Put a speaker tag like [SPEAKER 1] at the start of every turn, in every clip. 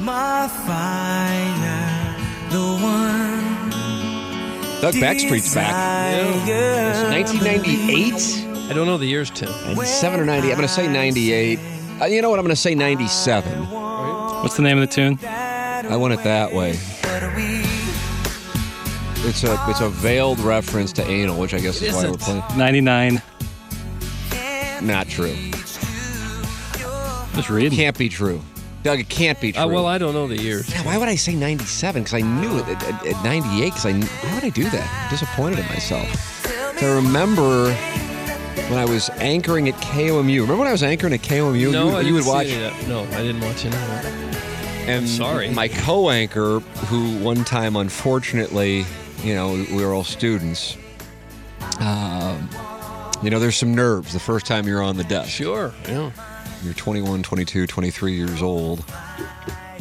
[SPEAKER 1] My fire, the one.
[SPEAKER 2] Doug Backstreet's back.
[SPEAKER 1] Yes,
[SPEAKER 2] 1998
[SPEAKER 3] I don't know the years, Tim. Uh,
[SPEAKER 2] 97 or 90 i'm gonna say 98 uh, you know what i'm gonna say 97
[SPEAKER 3] What's the name of the tune?
[SPEAKER 2] i want it that way it's a it's a veiled reference to anal which i guess is why we're playing
[SPEAKER 3] 99.
[SPEAKER 2] not true
[SPEAKER 3] Just reading.
[SPEAKER 2] can't be true doug it can't be true
[SPEAKER 3] Uh, well, I don't know the years.
[SPEAKER 2] Yeah, why would I say 97? Because I knew it at, at, at 98. Because I, kn- why would I do that? I'm disappointed in myself. 'Cause I remember when I was anchoring at KOMU. Remember when I was anchoring at KOMU?
[SPEAKER 3] no,
[SPEAKER 2] you,
[SPEAKER 3] I
[SPEAKER 2] you
[SPEAKER 3] didn't
[SPEAKER 2] would
[SPEAKER 3] see
[SPEAKER 2] watch.
[SPEAKER 3] any of that. No, I didn't watch any of that.
[SPEAKER 2] And
[SPEAKER 3] sorry.
[SPEAKER 2] My co-anchor, who one time, unfortunately, you know, we were all students. Um, you know, there's some nerves the first time you're on the desk.
[SPEAKER 3] Sure. Yeah.
[SPEAKER 2] You're 21, 22, 23 years old.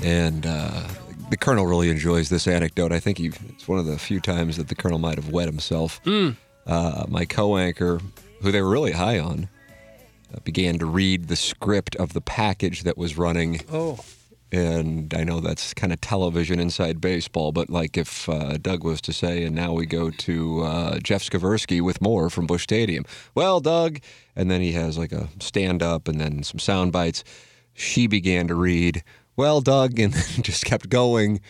[SPEAKER 2] And uh, the Colonel really enjoys this anecdote. I think he, it's one of the few times that the Colonel might have wet himself. Uh, my co anchor, who they were really high on, uh, began to read the script of the package that was running.
[SPEAKER 3] Oh.
[SPEAKER 2] And I know that's kind of television inside baseball, but like if uh, Doug was to say, and now we go to uh, Jeff Skaversky with more from Bush Stadium. Well, Doug, and then he has like a stand up and then some sound bites. She began to read, well, Doug, and then just kept going.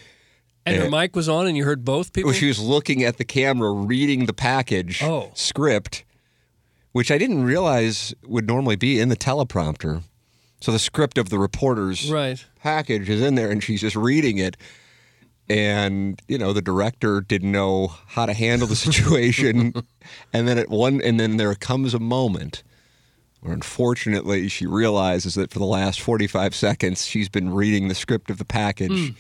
[SPEAKER 3] And
[SPEAKER 2] Yeah.
[SPEAKER 3] your mic was on, and you heard both people.
[SPEAKER 2] Well, she was looking at the camera, reading the package
[SPEAKER 3] Oh.
[SPEAKER 2] script, which I didn't realize would normally be in the teleprompter. So the script of the reporter's
[SPEAKER 3] Right.
[SPEAKER 2] package is in there, and she's just reading it. And you know the director didn't know how to handle the situation, and then at one, and then there comes a moment where unfortunately she realizes that for the last forty-five seconds she's been reading the script of the package,
[SPEAKER 3] Hmm.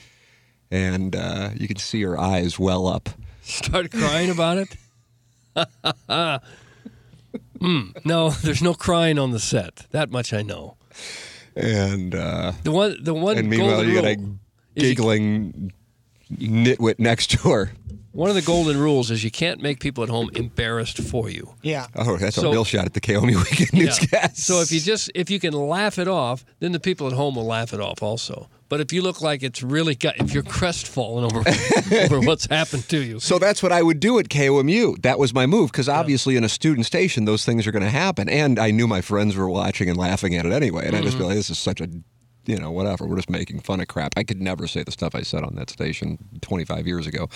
[SPEAKER 2] and uh, you can see her eyes well up.
[SPEAKER 3] Start crying about it. mm, no, there's no crying on the set. That much I know.
[SPEAKER 2] And uh,
[SPEAKER 3] The one, the one.
[SPEAKER 2] and meanwhile,
[SPEAKER 3] golden
[SPEAKER 2] you got a
[SPEAKER 3] rule is you-
[SPEAKER 2] giggling nitwit next to her.
[SPEAKER 3] one of the golden rules is you can't make people at home embarrassed for you.
[SPEAKER 1] Yeah.
[SPEAKER 2] Oh, that's
[SPEAKER 3] So-
[SPEAKER 2] a real shot at the Kaomi Weekend
[SPEAKER 3] Yeah.
[SPEAKER 2] newscast.
[SPEAKER 3] So if you just if you can laugh it off, then the people at home will laugh it off also. But if you look like it's really got, if you're crestfallen over over what's happened to you,
[SPEAKER 2] So that's what I would do at KOMU. That was my move because obviously in a student station those things are going to happen, and I knew my friends were watching and laughing at it anyway, and I just be like, this is such a, you know, whatever. We're just making fun of crap. I could never say the stuff I said on that station 25 years ago.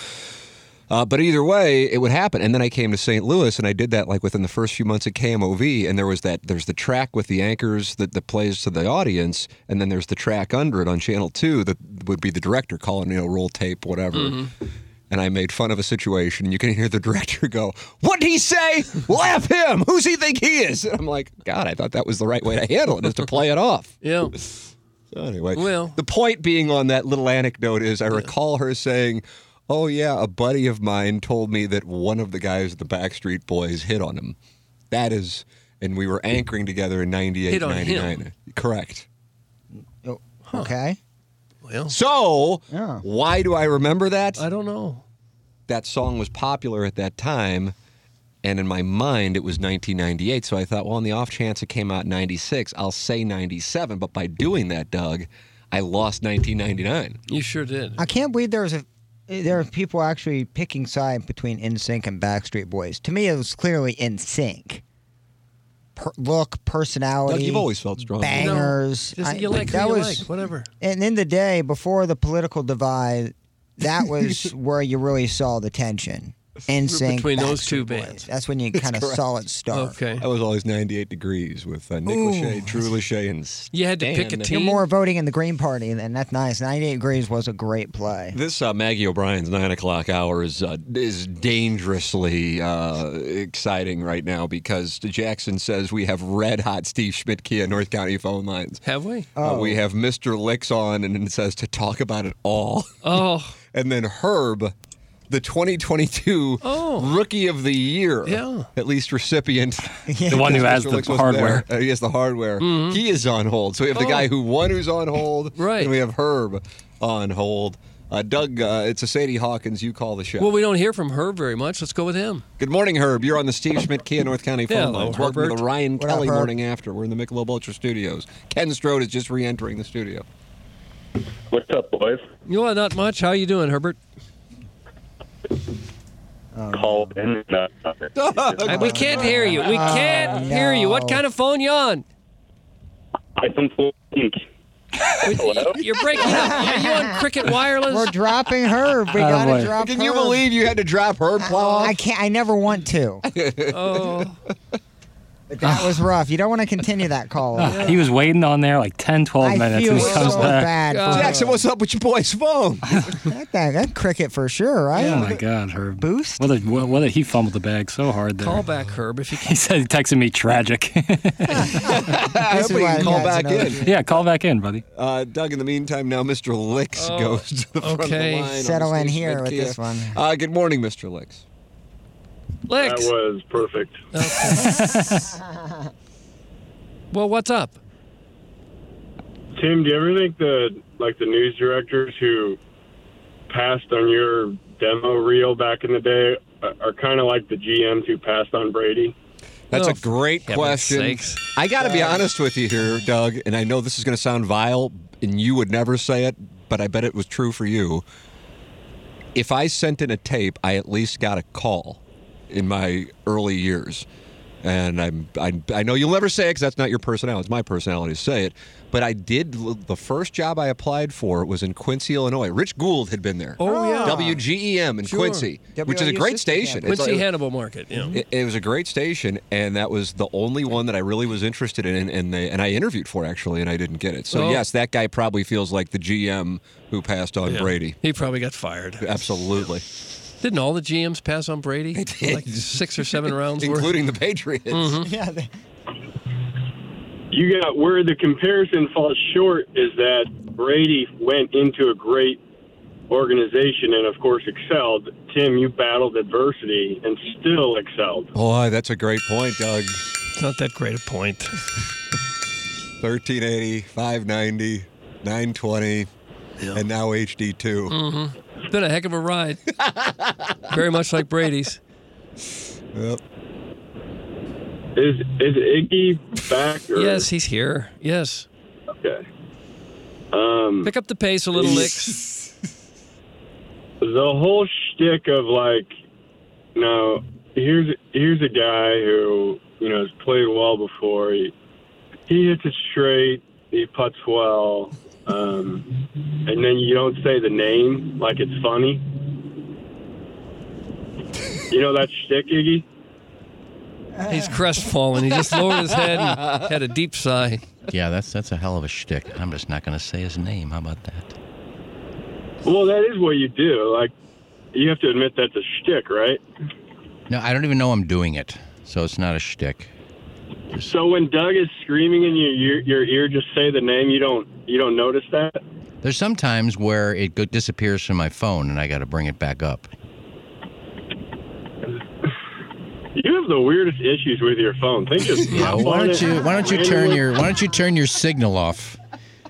[SPEAKER 2] Uh, but either way, it would happen. And then I came to St. Louis, and I did that like within the first few months at KMOV. And there was that there's the track with the anchors that, that plays to the audience, and then there's the track under it on Channel Two that would be the director calling, you know, roll tape, whatever. And I made fun of a situation. You can hear the director go, "What would he say? Laugh him. Who's he think he is?" And I'm like, God, I thought that was the right way to handle it, is to play it off.
[SPEAKER 3] yeah,
[SPEAKER 2] So anyway,
[SPEAKER 3] Well-
[SPEAKER 2] the point being on that little anecdote is I recall her saying, "Oh yeah, a buddy of mine told me that one of the guys at the Backstreet Boys hit on him." That is, and we were anchoring together in '98,
[SPEAKER 3] Hit on him.
[SPEAKER 2] '99. Correct.
[SPEAKER 1] Oh, okay.
[SPEAKER 3] well,
[SPEAKER 2] So,
[SPEAKER 1] Yeah.
[SPEAKER 2] why do I remember that?
[SPEAKER 3] I don't know.
[SPEAKER 2] that song was popular at that time. And in my mind, it was 1998. So I thought, well, on the off chance it came out in 96, I'll say 97. But by doing that, Doug, I lost 1999.
[SPEAKER 3] You sure did.
[SPEAKER 1] I can't believe there's a there are people actually picking side between NSYNC and Backstreet Boys. To me, it was clearly NSYNC. per- look, personality.
[SPEAKER 2] Doug, you've always felt strong.
[SPEAKER 3] No.
[SPEAKER 1] Bangers.
[SPEAKER 3] Just
[SPEAKER 1] I-
[SPEAKER 3] you like who
[SPEAKER 1] that
[SPEAKER 3] you
[SPEAKER 1] was,
[SPEAKER 3] like, whatever.
[SPEAKER 1] And in the day, before the political divide, that was where you really saw the tension. And
[SPEAKER 3] Between those two bands.
[SPEAKER 1] that's when you kind of saw it start.
[SPEAKER 3] Okay.
[SPEAKER 2] I was always 98 degrees with uh, Nick Lachey, Drew Lachey, and
[SPEAKER 3] You had to pick a
[SPEAKER 2] Stan.
[SPEAKER 3] team.
[SPEAKER 1] You're more voting in the Green Party, and that's nice. 98 Degrees was a great play.
[SPEAKER 2] This uh, Maggie O'Brien's nine o'clock hour is uh, is dangerously uh, exciting right now because Jackson says we have red hot Steve Schmidt Kia North County phone lines.
[SPEAKER 3] Have we?
[SPEAKER 2] Uh, we have Mr. Licks on and it says to talk about it all.
[SPEAKER 3] Oh,
[SPEAKER 2] and then Herb, the 2022
[SPEAKER 3] Oh.
[SPEAKER 2] Rookie of the Year,
[SPEAKER 3] Yeah.
[SPEAKER 2] at least recipient.
[SPEAKER 4] The one who has
[SPEAKER 2] Mr.
[SPEAKER 4] the
[SPEAKER 2] Licks wasn't
[SPEAKER 4] hardware.
[SPEAKER 2] there. Uh, he has the hardware. He is on hold. So we have the guy who won who's on hold.
[SPEAKER 3] Mm-hmm. Oh. Right.
[SPEAKER 2] And we have Herb on hold. Uh, Doug, uh, it's a Sadie Hawkins. You call the show.
[SPEAKER 3] well, we don't hear from her very much. Let's go with him.
[SPEAKER 2] Good morning, Herb. You're on the Steve Schmidt Kia North County phone
[SPEAKER 3] Yeah, hello,
[SPEAKER 2] lines. Welcome to
[SPEAKER 3] Herbert.
[SPEAKER 2] the Ryan
[SPEAKER 1] What up,
[SPEAKER 2] Kelly
[SPEAKER 1] Herb?
[SPEAKER 2] Morning After. We're in the Michelob Ultra Studios. Ken Strode is just re-entering the studio.
[SPEAKER 5] What's up, boys?
[SPEAKER 3] You know, what, not much. How you doing, Herbert?
[SPEAKER 5] Called in. No,
[SPEAKER 3] Uh, we can't hear you. We can't hear you. What
[SPEAKER 1] Ah, no.
[SPEAKER 3] kind of phone you on?
[SPEAKER 5] iPhone 14. Hello?
[SPEAKER 3] You're breaking up. Are you on Cricket Wireless?
[SPEAKER 1] We're dropping Herb. We gotta
[SPEAKER 4] boy.
[SPEAKER 1] drop Oh,
[SPEAKER 2] Can you
[SPEAKER 1] Herb.
[SPEAKER 2] believe you had to drop Herb plow off?
[SPEAKER 1] I can't. I never want to.
[SPEAKER 3] Oh,
[SPEAKER 1] But that was rough. You don't want to continue that call.
[SPEAKER 6] Oh,
[SPEAKER 4] He was waiting on there like 10, 12
[SPEAKER 1] I
[SPEAKER 4] minutes,
[SPEAKER 1] feel
[SPEAKER 4] and he comes
[SPEAKER 1] so
[SPEAKER 4] back.
[SPEAKER 1] bad. For
[SPEAKER 2] Jackson, what's up with your boy's phone?
[SPEAKER 1] That, that, that cricket for sure, right?
[SPEAKER 4] Oh my God, Herb!
[SPEAKER 1] Boost?
[SPEAKER 4] What a, what what a, he fumbled the bag so hard there.
[SPEAKER 3] call back Herb if you
[SPEAKER 4] He
[SPEAKER 3] can.
[SPEAKER 4] said he texted me tragic.
[SPEAKER 2] I
[SPEAKER 1] This
[SPEAKER 2] hope
[SPEAKER 1] is
[SPEAKER 2] we
[SPEAKER 1] why
[SPEAKER 2] can
[SPEAKER 1] the
[SPEAKER 2] call
[SPEAKER 1] guys
[SPEAKER 2] back
[SPEAKER 1] know
[SPEAKER 2] in.
[SPEAKER 1] you.
[SPEAKER 4] yeah, call back in, buddy.
[SPEAKER 2] Uh, Doug, in the meantime, now Mr. Licks goes to the front of the
[SPEAKER 3] okay.
[SPEAKER 2] line. on the
[SPEAKER 1] Settle in
[SPEAKER 2] station
[SPEAKER 1] here
[SPEAKER 2] at
[SPEAKER 1] with
[SPEAKER 2] Kia.
[SPEAKER 1] this one.
[SPEAKER 2] Uh, good morning, Mr. Licks.
[SPEAKER 5] That
[SPEAKER 3] Lex.
[SPEAKER 5] was perfect.
[SPEAKER 3] Well, what's up?
[SPEAKER 5] Tim, do you ever think the like the news directors who passed on your demo reel back in the day are- are kind of like the GMs who passed on Brady?
[SPEAKER 2] That's
[SPEAKER 3] Oh,
[SPEAKER 2] a great
[SPEAKER 3] heaven's
[SPEAKER 2] question. Uh,
[SPEAKER 3] sakes.
[SPEAKER 2] I got to be honest with you here, Doug, and I know this is going to sound vile, and you would never say it, but I bet it was true for you. If I sent in a tape, I at least got a call in my early years. And I'm, I, I know you'll never say it because that's not your personality. It's my personality to say it. But I did, l- the first job I applied for was in Quincy, Illinois. Rich Gould had been there.
[SPEAKER 3] Oh, yeah.
[SPEAKER 2] WGEM in
[SPEAKER 3] Sure.
[SPEAKER 2] Quincy, which is a
[SPEAKER 1] WIU
[SPEAKER 2] great
[SPEAKER 1] sister
[SPEAKER 2] station.
[SPEAKER 1] campus.
[SPEAKER 2] It's
[SPEAKER 3] Quincy
[SPEAKER 2] like-
[SPEAKER 3] Hannibal Market. Yeah.
[SPEAKER 2] it, it was a great station, and that was the only one that I really was interested in, and they, and I interviewed for actually, and I didn't get it. So
[SPEAKER 3] Oh.
[SPEAKER 2] yes, that guy probably feels like the GM who passed on Brady.
[SPEAKER 3] He probably got fired.
[SPEAKER 2] Absolutely,
[SPEAKER 3] Didn't all the GMs pass on Brady? They
[SPEAKER 2] did.
[SPEAKER 3] Like six or seven rounds worth. Mm-hmm.
[SPEAKER 2] including the Patriots.
[SPEAKER 1] Yeah, they-
[SPEAKER 5] You got where the comparison falls short is that Brady went into a great organization and of course excelled. Tim, you battled adversity and still excelled.
[SPEAKER 2] Boy, that's a great point, Doug.
[SPEAKER 3] It's not that great a point.
[SPEAKER 2] 1380, 590, 920, and now HD2.
[SPEAKER 3] Mm. It's been a heck of a ride. Very much like Brady's.
[SPEAKER 2] Yep.
[SPEAKER 5] Is is Iggy back? Or,
[SPEAKER 3] Yes, he's here. Yes.
[SPEAKER 5] Okay. Um,
[SPEAKER 3] Pick up the pace a little, Licks.
[SPEAKER 5] the whole shtick of like, now here's here's a guy who you know has played well before. He he hits it straight. He puts well. Um, and then you don't say the name like it's funny. You know that shtick, Iggy.
[SPEAKER 3] He's crestfallen. He just lowered his head and had a deep sigh.
[SPEAKER 6] Yeah, that's that's a hell of a shtick. I'm just not going to say his name. How about that?
[SPEAKER 5] Well, that is what you do. Like, you have to admit that's a shtick, right?
[SPEAKER 6] No, I don't even know I'm doing it, so it's not a shtick.
[SPEAKER 5] So when Doug is screaming in your ear, your ear, just say the name. You don't you don't notice that.
[SPEAKER 6] There's some times where it go- disappears from my phone, and I got to bring it back up.
[SPEAKER 5] You have the weirdest issues with your phone. Think just
[SPEAKER 6] Yeah,
[SPEAKER 5] pop
[SPEAKER 6] why
[SPEAKER 5] on
[SPEAKER 6] don't
[SPEAKER 5] it.
[SPEAKER 6] you why don't you turn your why don't you turn your signal off?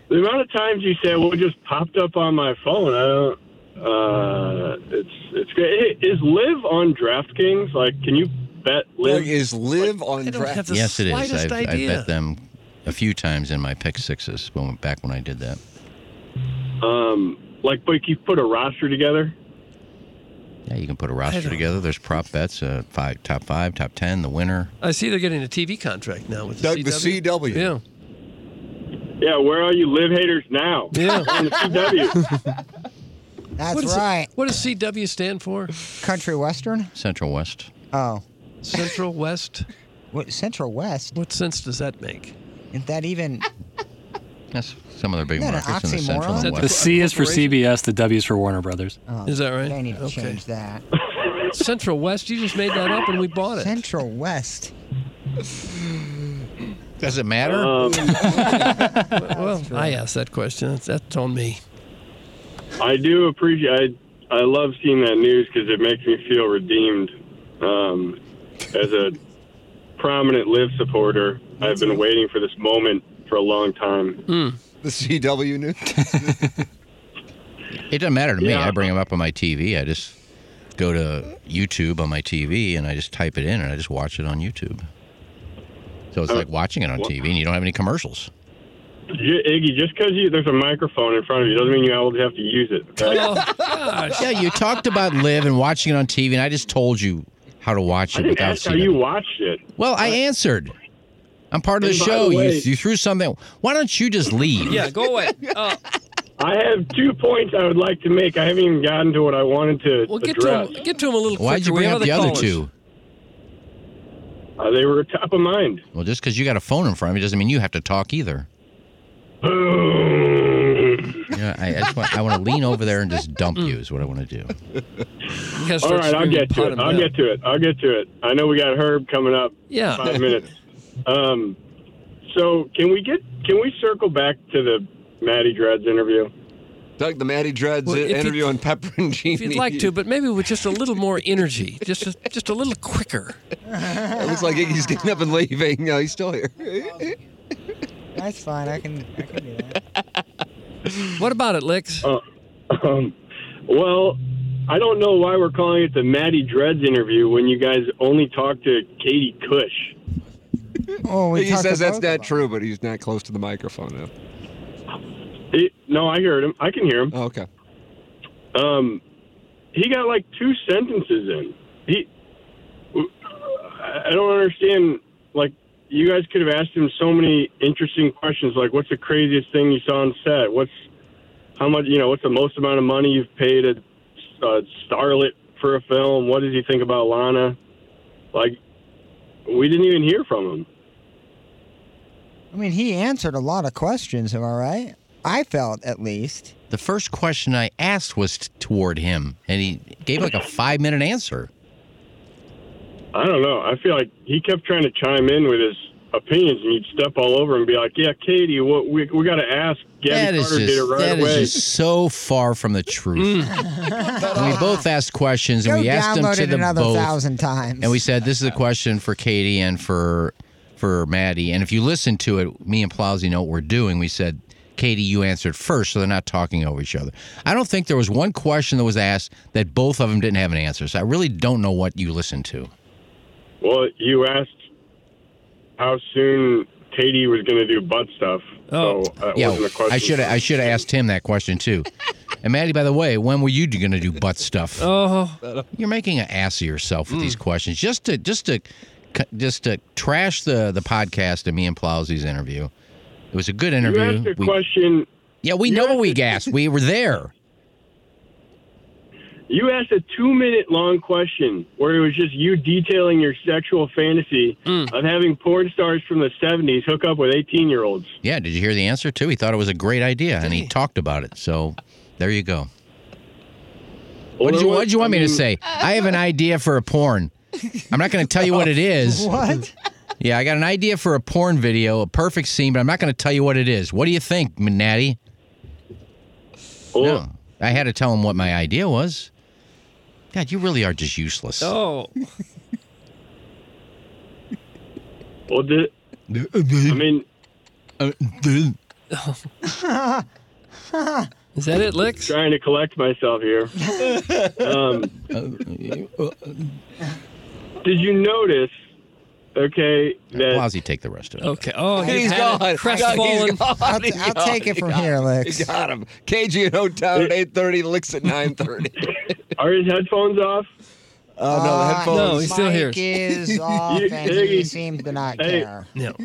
[SPEAKER 5] the amount of times you say, "Well, it just popped up on my phone." I don't. Uh, it's it's good. Hey, is Live on DraftKings? Like, can you bet
[SPEAKER 2] Doug
[SPEAKER 5] Live?
[SPEAKER 2] is live on track.
[SPEAKER 3] the
[SPEAKER 6] yes, it is. I've, I bet them a few times in my pick sixes when, back when I did that.
[SPEAKER 5] Um, like, but you put a roster together.
[SPEAKER 6] Yeah, you can put a roster together. There's prop bets, uh, five, top five, top ten, the winner.
[SPEAKER 3] I see they're getting a TV contract now with the
[SPEAKER 2] Doug, the
[SPEAKER 3] CW.
[SPEAKER 2] CW.
[SPEAKER 3] Yeah,
[SPEAKER 5] Yeah, where are you live haters now?
[SPEAKER 3] yeah.
[SPEAKER 5] On the CW.
[SPEAKER 1] That's
[SPEAKER 3] What is it-
[SPEAKER 1] right.
[SPEAKER 3] What does CW stand for?
[SPEAKER 1] Country Western?
[SPEAKER 6] Central West.
[SPEAKER 1] Oh.
[SPEAKER 3] Central West.
[SPEAKER 1] What, Central West?
[SPEAKER 3] What sense does that make?
[SPEAKER 1] Isn't that even.
[SPEAKER 6] That's some of their big
[SPEAKER 1] Isn't that an
[SPEAKER 6] markets in the Central
[SPEAKER 1] oxymoron?
[SPEAKER 6] and
[SPEAKER 4] The
[SPEAKER 6] West.
[SPEAKER 4] C is for CBS, the W is for Warner Brothers.
[SPEAKER 1] Oh,
[SPEAKER 3] Is that right?
[SPEAKER 1] They need to
[SPEAKER 3] Okay.
[SPEAKER 1] change that.
[SPEAKER 3] Central West. You just made that up and we bought it.
[SPEAKER 1] Central West.
[SPEAKER 6] Does it matter?
[SPEAKER 5] Um,
[SPEAKER 3] well, I asked that question. That's, that's on me.
[SPEAKER 5] I do appreciate. I, I love seeing that news because it makes me feel redeemed. Um, as a prominent Live supporter, I've been waiting for this moment for a long time.
[SPEAKER 2] The CW news.
[SPEAKER 6] It doesn't matter to me.
[SPEAKER 5] Yeah.
[SPEAKER 6] I bring them up on my TV. I just go to YouTube on my TV and I just type it in and I just watch it on YouTube. So
[SPEAKER 5] Oh.
[SPEAKER 6] it's like watching it on
[SPEAKER 5] what-
[SPEAKER 6] TV and you don't have any commercials.
[SPEAKER 5] J- Iggy, just because there's a microphone in front of you doesn't mean you always have to use it. okay?
[SPEAKER 3] Oh, gosh.
[SPEAKER 6] Yeah, you talked about live and watching it on TV, and I just told you how to watch
[SPEAKER 5] I
[SPEAKER 6] it
[SPEAKER 5] didn't
[SPEAKER 6] without
[SPEAKER 5] ask how
[SPEAKER 6] seeing
[SPEAKER 5] you
[SPEAKER 6] it.
[SPEAKER 5] watched it.
[SPEAKER 6] Well, I answered. I'm part of the
[SPEAKER 5] And by
[SPEAKER 6] show.
[SPEAKER 5] the
[SPEAKER 6] You,
[SPEAKER 5] way-
[SPEAKER 6] you threw something. Why don't you just leave?
[SPEAKER 3] Yeah, go away. Uh,
[SPEAKER 5] I have two points I would like to make. I haven't even gotten to what I wanted to
[SPEAKER 3] well, get to
[SPEAKER 5] address.
[SPEAKER 3] him, get to him a little
[SPEAKER 6] Why'd
[SPEAKER 3] quicker.
[SPEAKER 6] you
[SPEAKER 3] We
[SPEAKER 6] bring
[SPEAKER 3] have
[SPEAKER 6] up the other
[SPEAKER 3] callers.
[SPEAKER 6] two?
[SPEAKER 5] Uh, they were top of mind.
[SPEAKER 6] Well, just because you got a phone in front of you doesn't mean you have to talk either.
[SPEAKER 5] Boom.
[SPEAKER 6] Yeah, I, I just want, I want to lean over there and just dump you is what I want to do.
[SPEAKER 3] You gotta
[SPEAKER 5] All
[SPEAKER 3] start
[SPEAKER 5] right, I'll
[SPEAKER 3] screaming,
[SPEAKER 5] get to
[SPEAKER 3] pot
[SPEAKER 5] it.
[SPEAKER 3] him
[SPEAKER 5] I'll
[SPEAKER 3] down.
[SPEAKER 5] get to it. I'll get to it. I know we got Herb coming up.
[SPEAKER 3] Yeah.
[SPEAKER 5] five minutes. Um, so can we get can we circle back to the Maddie Dreads interview?
[SPEAKER 2] Doug, the Matty Dreads
[SPEAKER 3] Well, if you-
[SPEAKER 2] interview on Pepper and Genie.
[SPEAKER 3] If you'd like to, but maybe with just a little more energy, just a, just a little quicker.
[SPEAKER 2] It looks like Iggy's getting up and leaving. No, he's still here.
[SPEAKER 1] That's fine. I can, I can do that.
[SPEAKER 3] What about it, Licks?
[SPEAKER 5] Uh, Um, well, I don't know why we're calling it the Maddie Dreads interview when you guys only talk to Katie Cush.
[SPEAKER 1] Oh, we
[SPEAKER 2] he
[SPEAKER 1] talked
[SPEAKER 2] says
[SPEAKER 1] to
[SPEAKER 2] that's
[SPEAKER 1] both
[SPEAKER 2] not
[SPEAKER 1] of 'em.
[SPEAKER 2] true, but he's not close to the microphone now.
[SPEAKER 5] It, no, I heard him. I can hear him.
[SPEAKER 2] Oh, okay.
[SPEAKER 5] Um, he got like two sentences in. He, I I don't understand. Like, you guys could have asked him so many interesting questions. Like, what's the craziest thing you saw on set? What's how much? You know, what's the most amount of money you've paid a, a starlet for a film? What does he think about Lana? Like, we didn't even hear from him.
[SPEAKER 1] I mean, he answered a lot of questions, am I right? I felt, at least.
[SPEAKER 6] The first question I asked was t- toward him, and he gave like a five minute answer.
[SPEAKER 5] I don't know. I feel like he kept trying to chime in with his opinions, and he'd step all over and be like, "Yeah, Katie, what we we got to ask
[SPEAKER 6] That
[SPEAKER 5] Gabby
[SPEAKER 6] is
[SPEAKER 5] Carter did it
[SPEAKER 6] just
[SPEAKER 5] right
[SPEAKER 6] that is
[SPEAKER 5] away."
[SPEAKER 6] just so far from the truth.
[SPEAKER 5] Mm.
[SPEAKER 6] And we both asked questions, and
[SPEAKER 1] Go
[SPEAKER 6] we asked them
[SPEAKER 1] download
[SPEAKER 6] to
[SPEAKER 1] it
[SPEAKER 6] them
[SPEAKER 1] another
[SPEAKER 6] both,
[SPEAKER 1] thousand times.
[SPEAKER 6] and we said, "This is a question for Katie and for for Maddie." And if you listen to it, me and Plowsy know what we're doing. We said, "Katie, you answered first, so they're not talking over each other." I don't think there was one question that was asked that both of them didn't have an answer. So I really don't know what you listened to.
[SPEAKER 5] well, you asked how soon Katie was going to do butt stuff.
[SPEAKER 3] Oh.
[SPEAKER 5] so that
[SPEAKER 6] Yeah,
[SPEAKER 5] wasn't a question.
[SPEAKER 6] I should I should have asked him that question too. And Maddie, by the way, when were you going to do butt stuff?
[SPEAKER 3] Oh,
[SPEAKER 6] You're making an ass of yourself with these questions just to just to just to trash the the podcast and me and Plowsy's interview. It was a good
[SPEAKER 5] You
[SPEAKER 6] interview.
[SPEAKER 5] asked a
[SPEAKER 6] We-
[SPEAKER 5] question.
[SPEAKER 6] yeah, we
[SPEAKER 5] you
[SPEAKER 6] know
[SPEAKER 5] asked
[SPEAKER 6] we
[SPEAKER 5] a-
[SPEAKER 6] gassed. We were there.
[SPEAKER 5] You asked a two-minute-long question where it was just you detailing your sexual fantasy
[SPEAKER 6] Hmm.
[SPEAKER 5] of having porn stars from the '70s hook up with 18-year-olds.
[SPEAKER 6] Yeah, did you hear the answer too? He thought it was a great idea, and he talked about it. So there you go. What did you, what did you want me to say? I have an idea for a porn. I'm not going to tell you what it is.
[SPEAKER 1] What?
[SPEAKER 6] Yeah, I got an idea for a porn video, a perfect scene, but I'm not going to tell you what it is. What do you think, Natty?
[SPEAKER 5] Well,
[SPEAKER 6] No. I had to tell him what my idea was. God, you really are just useless.
[SPEAKER 3] oh.
[SPEAKER 5] well, di- I mean,
[SPEAKER 3] Is that it, Licks?
[SPEAKER 5] trying to collect myself here. um, did you notice? Okay, that
[SPEAKER 6] Lousy, take the rest of it.
[SPEAKER 3] Okay. Oh, you
[SPEAKER 2] He's
[SPEAKER 3] had it.
[SPEAKER 2] gone. Doug,
[SPEAKER 3] Crestfallen.
[SPEAKER 2] He's gone.
[SPEAKER 1] I'll,
[SPEAKER 2] He's
[SPEAKER 1] I'll
[SPEAKER 2] gone.
[SPEAKER 1] take it from
[SPEAKER 2] He got
[SPEAKER 1] here,
[SPEAKER 2] He
[SPEAKER 1] Lex.
[SPEAKER 2] got him. KG at Hometown at 8.30, Licks at 9.30.
[SPEAKER 5] Are his headphones off?
[SPEAKER 1] Uh,
[SPEAKER 2] Oh, no, the headphones.
[SPEAKER 3] No, he's still here.
[SPEAKER 1] Mike is off,
[SPEAKER 5] You-
[SPEAKER 1] and he
[SPEAKER 5] hey,
[SPEAKER 1] seems to not
[SPEAKER 5] hey.
[SPEAKER 1] care.
[SPEAKER 3] No.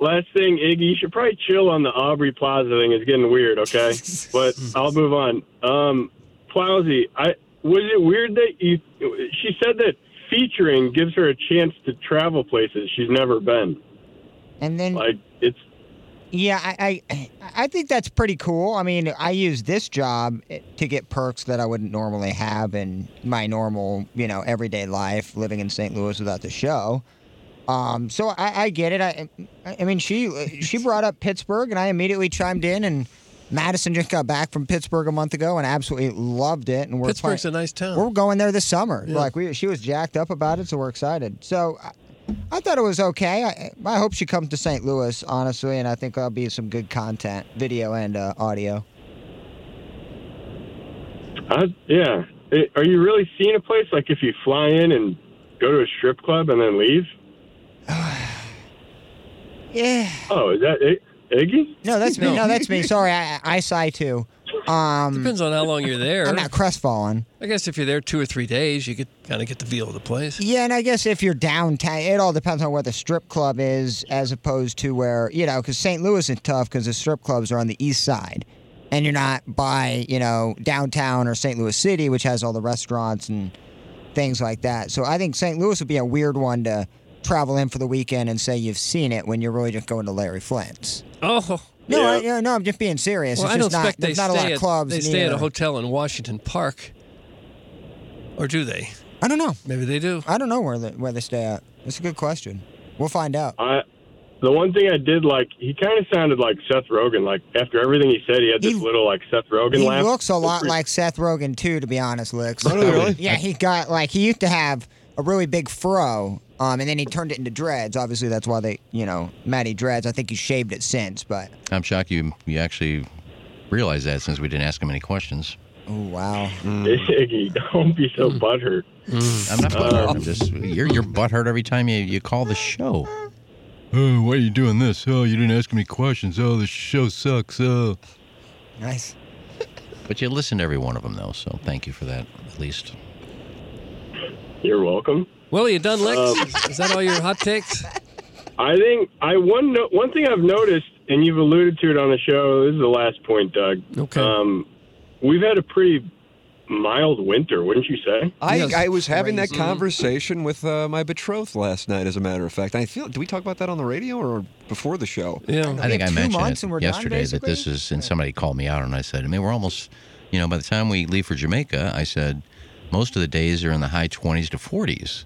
[SPEAKER 5] Last thing, Iggy, you should probably chill on the Aubrey Plaza thing. It's getting weird, okay? but I'll move on. Um, Plowsy, I was it weird that you? She said that featuring gives her a chance to travel places she's never been.
[SPEAKER 1] And then,
[SPEAKER 5] Like it's
[SPEAKER 1] yeah, I, I, I think that's pretty cool. I mean, I use this job to get perks that I wouldn't normally have in my normal, you know, everyday life, living in St. Louis without the show. Um, so I, I get it. I, I mean, she, she brought up Pittsburgh, and I immediately chimed in. And Madison just got back from Pittsburgh a month ago and absolutely loved it. And we're
[SPEAKER 3] Pittsburgh's
[SPEAKER 1] plan-
[SPEAKER 3] a nice town.
[SPEAKER 1] We're going there this summer. Like we, she was jacked up about it, so we're excited. So I, I thought it was okay. I, I hope she comes to St. Louis, honestly, and I think that'll be some good content, video and uh, audio.
[SPEAKER 5] I, yeah. It, are you really seeing a place like if you fly in and go to a strip club and then leave?
[SPEAKER 1] Yeah.
[SPEAKER 5] Oh, is that I Iggy?
[SPEAKER 1] No, that's me. No, that's me. Sorry, I, I sigh too. Um,
[SPEAKER 3] Depends on how long you're there.
[SPEAKER 1] I'm not crestfallen.
[SPEAKER 3] I guess if you're there two or three days, you could kind of get the feel of the place.
[SPEAKER 1] Yeah, and I guess if you're downtown, it all depends on where the strip club is, as opposed to where you know, because St. Louis is tough because the strip clubs are on the east side, and you're not by you know downtown or St. Louis City, which has all the restaurants and things like that. So I think St. Louis would be a weird one to travel in for the weekend and say you've seen it when you're really just going to Larry Flint's.
[SPEAKER 3] Oh,
[SPEAKER 1] No, I, you know, no, I'm just being serious.
[SPEAKER 3] well,
[SPEAKER 1] it's
[SPEAKER 3] I don't
[SPEAKER 1] just not,
[SPEAKER 3] expect they
[SPEAKER 1] there's not a lot
[SPEAKER 3] stay
[SPEAKER 1] of
[SPEAKER 3] at
[SPEAKER 1] clubs.
[SPEAKER 3] they stay at
[SPEAKER 1] near-
[SPEAKER 3] a hotel in Washington Park, or do they?
[SPEAKER 1] I don't know.
[SPEAKER 3] Maybe they do.
[SPEAKER 1] I don't know where the, where they stay at. It's a good question. We'll find out.
[SPEAKER 5] I. The one thing I did like, he kind of sounded like Seth Rogen. Like after everything he said, he had this
[SPEAKER 1] He-
[SPEAKER 5] little like Seth Rogen
[SPEAKER 1] He
[SPEAKER 5] laugh.
[SPEAKER 1] looks a lot
[SPEAKER 5] Pretty-
[SPEAKER 1] like Seth Rogen too, to be honest, Lix.
[SPEAKER 2] Oh, really?
[SPEAKER 1] Yeah, he got like he used to have a really big fro, um, and then he turned it into dreads. Obviously, that's why they, you know, Matty dreads. I think he shaved it since, but
[SPEAKER 6] I'm shocked you you actually realized that since we didn't ask him any questions.
[SPEAKER 1] oh wow,
[SPEAKER 5] Iggy, don't be
[SPEAKER 1] Hmm.
[SPEAKER 5] so butthurt.
[SPEAKER 6] I'm not butthurt. I'm just you're you're butthurt every time you, you call the show.
[SPEAKER 2] Oh, why are you doing this? Oh, you didn't ask me questions. Oh, the show sucks. Oh.
[SPEAKER 1] nice.
[SPEAKER 6] But you listen to every one of them though, so thank you for that at least.
[SPEAKER 5] You're welcome.
[SPEAKER 3] Well, you done licks?
[SPEAKER 1] Um,
[SPEAKER 3] Is that all your hot takes?
[SPEAKER 5] I think I one no, one thing I've noticed, and you've alluded to it on the show. This is the last point, Doug.
[SPEAKER 3] Okay.
[SPEAKER 5] Um, we've had a pretty mild winter, wouldn't you say?
[SPEAKER 2] I,
[SPEAKER 3] Yes.
[SPEAKER 2] I was having that conversation with uh, my betrothed last night, as a matter of fact. I feel. Do we talk about that on the radio or before the show?
[SPEAKER 3] Yeah.
[SPEAKER 6] I think
[SPEAKER 1] have
[SPEAKER 6] I
[SPEAKER 1] two
[SPEAKER 6] mentioned
[SPEAKER 1] months
[SPEAKER 6] it
[SPEAKER 1] and we're done,
[SPEAKER 6] yesterday that this
[SPEAKER 1] basically?
[SPEAKER 6] is, and somebody called me out, and I said, I mean, we're almost, you know, by the time we leave for Jamaica, I said, most of the days are in the high 20s to 40s.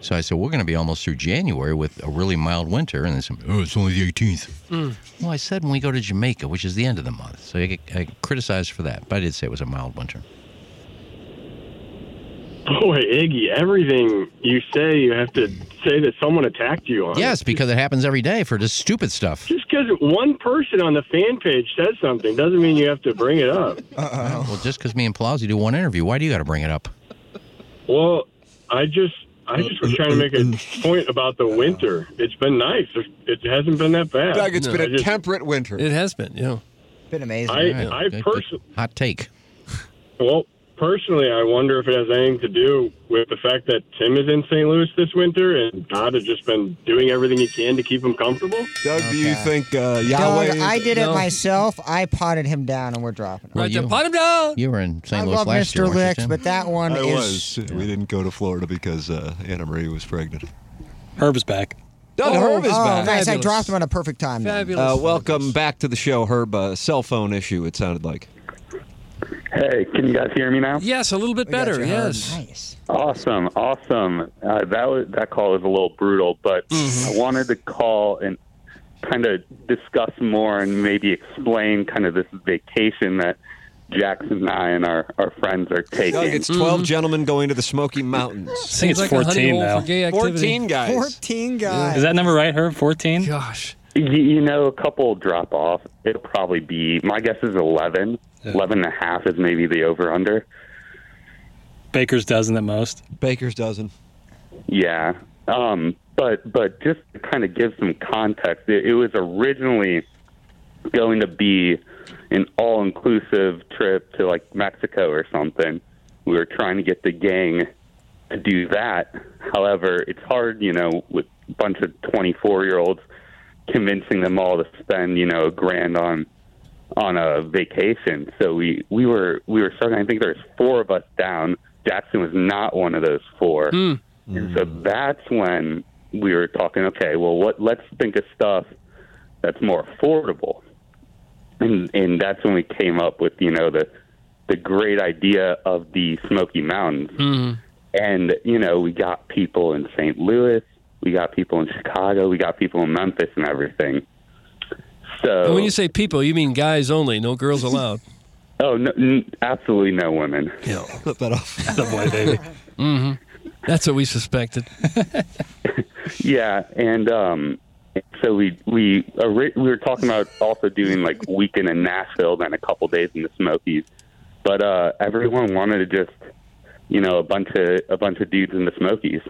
[SPEAKER 6] So I said, we're going to be almost through January with a really mild winter. And then some, oh, it's only the 18th. Well, I said when we go to Jamaica, which is the end of the month. So I, get- I criticized for that, but I did say it was a mild winter.
[SPEAKER 5] Boy, Iggy, everything you say, you have to say that someone attacked you on.
[SPEAKER 6] Yes, because it happens every day for just stupid stuff.
[SPEAKER 5] Just because one person on the fan page says something doesn't mean you have to bring it up.
[SPEAKER 6] Well, just because me and Palazzi do one interview, why do you got to bring it up?
[SPEAKER 5] Well, I just. I just was trying to make a point about the winter. It's been nice. It hasn't been that bad.
[SPEAKER 2] Doug, it's
[SPEAKER 5] it's
[SPEAKER 2] been a
[SPEAKER 5] I just-
[SPEAKER 2] temperate winter.
[SPEAKER 3] It has been. Yeah.
[SPEAKER 1] Been amazing.
[SPEAKER 5] I,
[SPEAKER 6] All right,
[SPEAKER 5] I
[SPEAKER 6] good- good.
[SPEAKER 5] personally,
[SPEAKER 6] Hot take.
[SPEAKER 5] Well, personally, I wonder if it has anything to do with the fact that Tim is in St. Louis this winter and God has just been doing everything he can to keep him comfortable.
[SPEAKER 2] Doug, do you think uh, Yahweh?
[SPEAKER 1] Doug, I did it
[SPEAKER 3] No.
[SPEAKER 1] myself. I potted him down, and we're dropping. Him.
[SPEAKER 6] Well,
[SPEAKER 3] Right there.
[SPEAKER 6] you-
[SPEAKER 3] Bottom down.
[SPEAKER 6] You were in St.
[SPEAKER 1] I
[SPEAKER 6] Louis
[SPEAKER 1] love
[SPEAKER 6] last year.
[SPEAKER 1] Mr.
[SPEAKER 6] weren't you,
[SPEAKER 1] Licks,
[SPEAKER 6] Tim?
[SPEAKER 1] but that one
[SPEAKER 2] I
[SPEAKER 1] is.
[SPEAKER 2] was. We didn't go to Florida because uh, Anna Marie was pregnant.
[SPEAKER 4] Herb's back.
[SPEAKER 2] Doug
[SPEAKER 3] Oh,
[SPEAKER 2] Herb is
[SPEAKER 1] Oh,
[SPEAKER 2] back.
[SPEAKER 1] nice! I
[SPEAKER 3] Fabulous.
[SPEAKER 1] dropped him on a perfect time. then.
[SPEAKER 3] Fabulous.
[SPEAKER 2] Uh, welcome back to the show, Herb. Uh, cell phone issue. It sounded like.
[SPEAKER 7] Hey, can you guys hear me now?
[SPEAKER 3] Yes, a little bit
[SPEAKER 1] We got
[SPEAKER 3] better.
[SPEAKER 1] you, Herb.
[SPEAKER 3] Yes.
[SPEAKER 1] Nice.
[SPEAKER 7] Awesome, awesome. Uh, that was, that call was a little brutal, but I wanted to call and kind of discuss more and maybe explain kind of this vacation that Jackson and I and our, our friends are taking.
[SPEAKER 2] Doug,
[SPEAKER 5] Mm-hmm.
[SPEAKER 2] it's 12 gentlemen going to the Smoky Mountains.
[SPEAKER 4] think
[SPEAKER 3] Seems
[SPEAKER 4] it's
[SPEAKER 3] like a honey
[SPEAKER 4] 14
[SPEAKER 3] hole
[SPEAKER 4] now.
[SPEAKER 3] for gay activity.
[SPEAKER 2] 14 guys.
[SPEAKER 1] Fourteen guys.
[SPEAKER 4] Is that number right, Herb? 14?
[SPEAKER 3] Gosh.
[SPEAKER 7] you, you know, a couple drop off. It'll probably be my guess is 11. 11 and a half is maybe the over under.
[SPEAKER 4] Baker's dozen at most.
[SPEAKER 2] Baker's dozen.
[SPEAKER 7] Yeah. Um, but but just to kind of give some context, it, it was originally going to be an all inclusive trip to like Mexico or something.
[SPEAKER 5] we were trying to get the gang to do that. However, it's hard, you know, with a bunch of 24 year olds convincing them all to spend, you know, a grand on on a vacation. So we we were we were starting. I think there was four of us down. Jackson was not one of those four,
[SPEAKER 3] Hmm.
[SPEAKER 5] and so that's when we were talking. Okay, well, what? Let's think of stuff that's more affordable, and and that's when we came up with you know the the great idea of the Smoky Mountains.
[SPEAKER 3] Hmm.
[SPEAKER 5] And, you know, we got people in St. Louis, we got people in Chicago, we got people in Memphis and everything. So,
[SPEAKER 3] And when you say people, you mean guys only, no girls allowed.
[SPEAKER 5] oh, no, n- absolutely no women.
[SPEAKER 8] Flip that off.
[SPEAKER 4] The boy baby.
[SPEAKER 3] That's what we suspected.
[SPEAKER 5] Yeah, and um, so we we ori- we were talking about also doing like weekend in Nashville, then a couple days in the Smokies. But uh, everyone wanted to just, you know, a bunch of a bunch of dudes in the Smokies.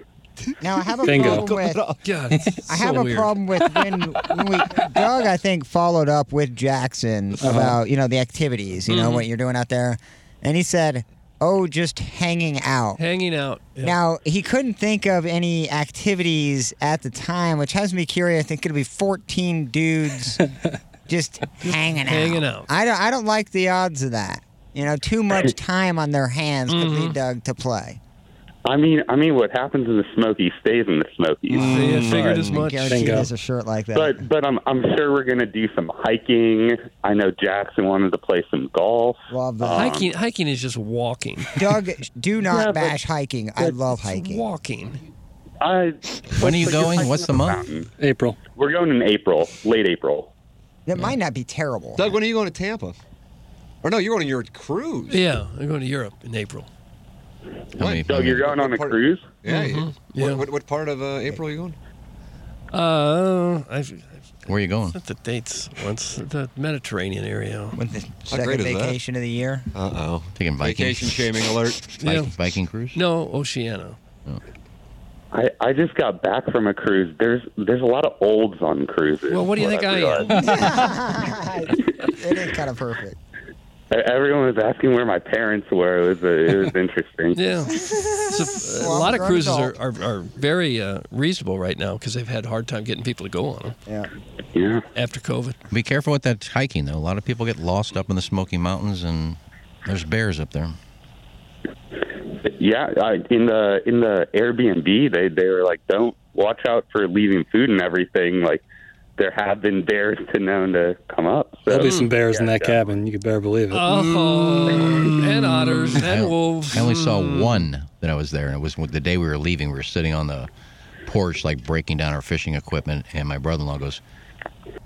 [SPEAKER 1] Now I have a
[SPEAKER 4] Bingo.
[SPEAKER 1] problem with
[SPEAKER 3] God, it's
[SPEAKER 1] I
[SPEAKER 3] so
[SPEAKER 1] have a
[SPEAKER 3] weird.
[SPEAKER 1] problem with when, when we Doug I think followed up with Jackson
[SPEAKER 3] Uh-huh.
[SPEAKER 1] about you know the activities you know
[SPEAKER 3] Mm-hmm.
[SPEAKER 1] what you're doing out there, and he said, "Oh, just hanging out."
[SPEAKER 3] Hanging out. Yeah.
[SPEAKER 1] Now he couldn't think of any activities at the time, which has me curious. I think it'll be 14 dudes just hanging out.
[SPEAKER 3] hanging out.
[SPEAKER 1] I don't. I don't like the odds of that. You know, too much time on their hands could lead
[SPEAKER 3] Mm-hmm.
[SPEAKER 1] Doug to play.
[SPEAKER 5] I mean, I mean, what happens in the Smokies stays in the Smokies.
[SPEAKER 2] Mm.
[SPEAKER 3] See, I
[SPEAKER 1] Mm.
[SPEAKER 3] figured as
[SPEAKER 1] I
[SPEAKER 3] much.
[SPEAKER 1] guarantee
[SPEAKER 4] Bingo.
[SPEAKER 1] there's a shirt like that.
[SPEAKER 5] But but I'm I'm sure we're gonna do some hiking. I know Jackson wanted to play some golf. Um,
[SPEAKER 1] Love that.
[SPEAKER 3] Hiking, hiking is just walking.
[SPEAKER 1] Doug, do not
[SPEAKER 5] Yeah, but-
[SPEAKER 1] bash hiking. I love
[SPEAKER 3] It's
[SPEAKER 1] hiking.
[SPEAKER 3] walking.
[SPEAKER 5] I
[SPEAKER 2] When are you
[SPEAKER 5] but you're
[SPEAKER 2] going?
[SPEAKER 5] hiking
[SPEAKER 2] What's
[SPEAKER 5] up
[SPEAKER 2] the
[SPEAKER 5] a
[SPEAKER 2] month?
[SPEAKER 5] mountain.
[SPEAKER 4] April.
[SPEAKER 5] We're going in April, late April.
[SPEAKER 1] That might not be terrible.
[SPEAKER 8] Doug, when are you going to Tampa? Or no, you're going on your cruise.
[SPEAKER 3] Yeah, I'm going to Europe in April.
[SPEAKER 2] How many- Mm-hmm.
[SPEAKER 5] Doug, you're going on a
[SPEAKER 8] Part-
[SPEAKER 5] cruise?
[SPEAKER 8] Yeah. you-
[SPEAKER 3] Yeah.
[SPEAKER 8] What, what, what part of uh, April are you going?
[SPEAKER 3] Uh, I've, I've
[SPEAKER 2] Where are you going?
[SPEAKER 3] got the dates once. The Mediterranean area.
[SPEAKER 1] When the
[SPEAKER 8] great
[SPEAKER 1] second
[SPEAKER 8] is that?
[SPEAKER 1] vacation of the year.
[SPEAKER 8] Uh oh.
[SPEAKER 2] Taking Viking.
[SPEAKER 8] Vacation shaming alert.
[SPEAKER 2] Viking,
[SPEAKER 3] Yeah.
[SPEAKER 2] Viking cruise?
[SPEAKER 3] No, Oceania.
[SPEAKER 5] I, I just got back from a cruise. There's there's a lot of olds on cruises.
[SPEAKER 3] Well, what do you think I am?
[SPEAKER 5] realized.
[SPEAKER 1] it is kind of perfect.
[SPEAKER 5] E, Everyone was asking where my parents were. It was a, it was interesting.
[SPEAKER 3] Yeah. So, uh,
[SPEAKER 1] Well,
[SPEAKER 3] a
[SPEAKER 1] I'm
[SPEAKER 3] lot
[SPEAKER 1] a
[SPEAKER 3] of
[SPEAKER 1] grown
[SPEAKER 3] cruises are,
[SPEAKER 1] adult.
[SPEAKER 3] are, are very uh, reasonable right now because they've had a hard time getting people to go on them
[SPEAKER 1] Yeah.
[SPEAKER 5] yeah.
[SPEAKER 3] after COVID.
[SPEAKER 2] Be careful with that hiking, though. A lot of people get lost up in the Smoky Mountains, and there's bears up there.
[SPEAKER 5] Yeah, I, in the in the Airbnb, they they were like, "Don't watch out for leaving food and everything." Like, there have been bears to known to come up. So
[SPEAKER 4] There'll be
[SPEAKER 3] Mm.
[SPEAKER 4] some bears in that cabin. You could better believe it.
[SPEAKER 3] Oh, and otters and wolves.
[SPEAKER 2] I only saw
[SPEAKER 8] Hmm.
[SPEAKER 2] one that I was there, and it was the day we were leaving. We were sitting on the porch, like breaking down our fishing equipment, and my brother-in-law goes,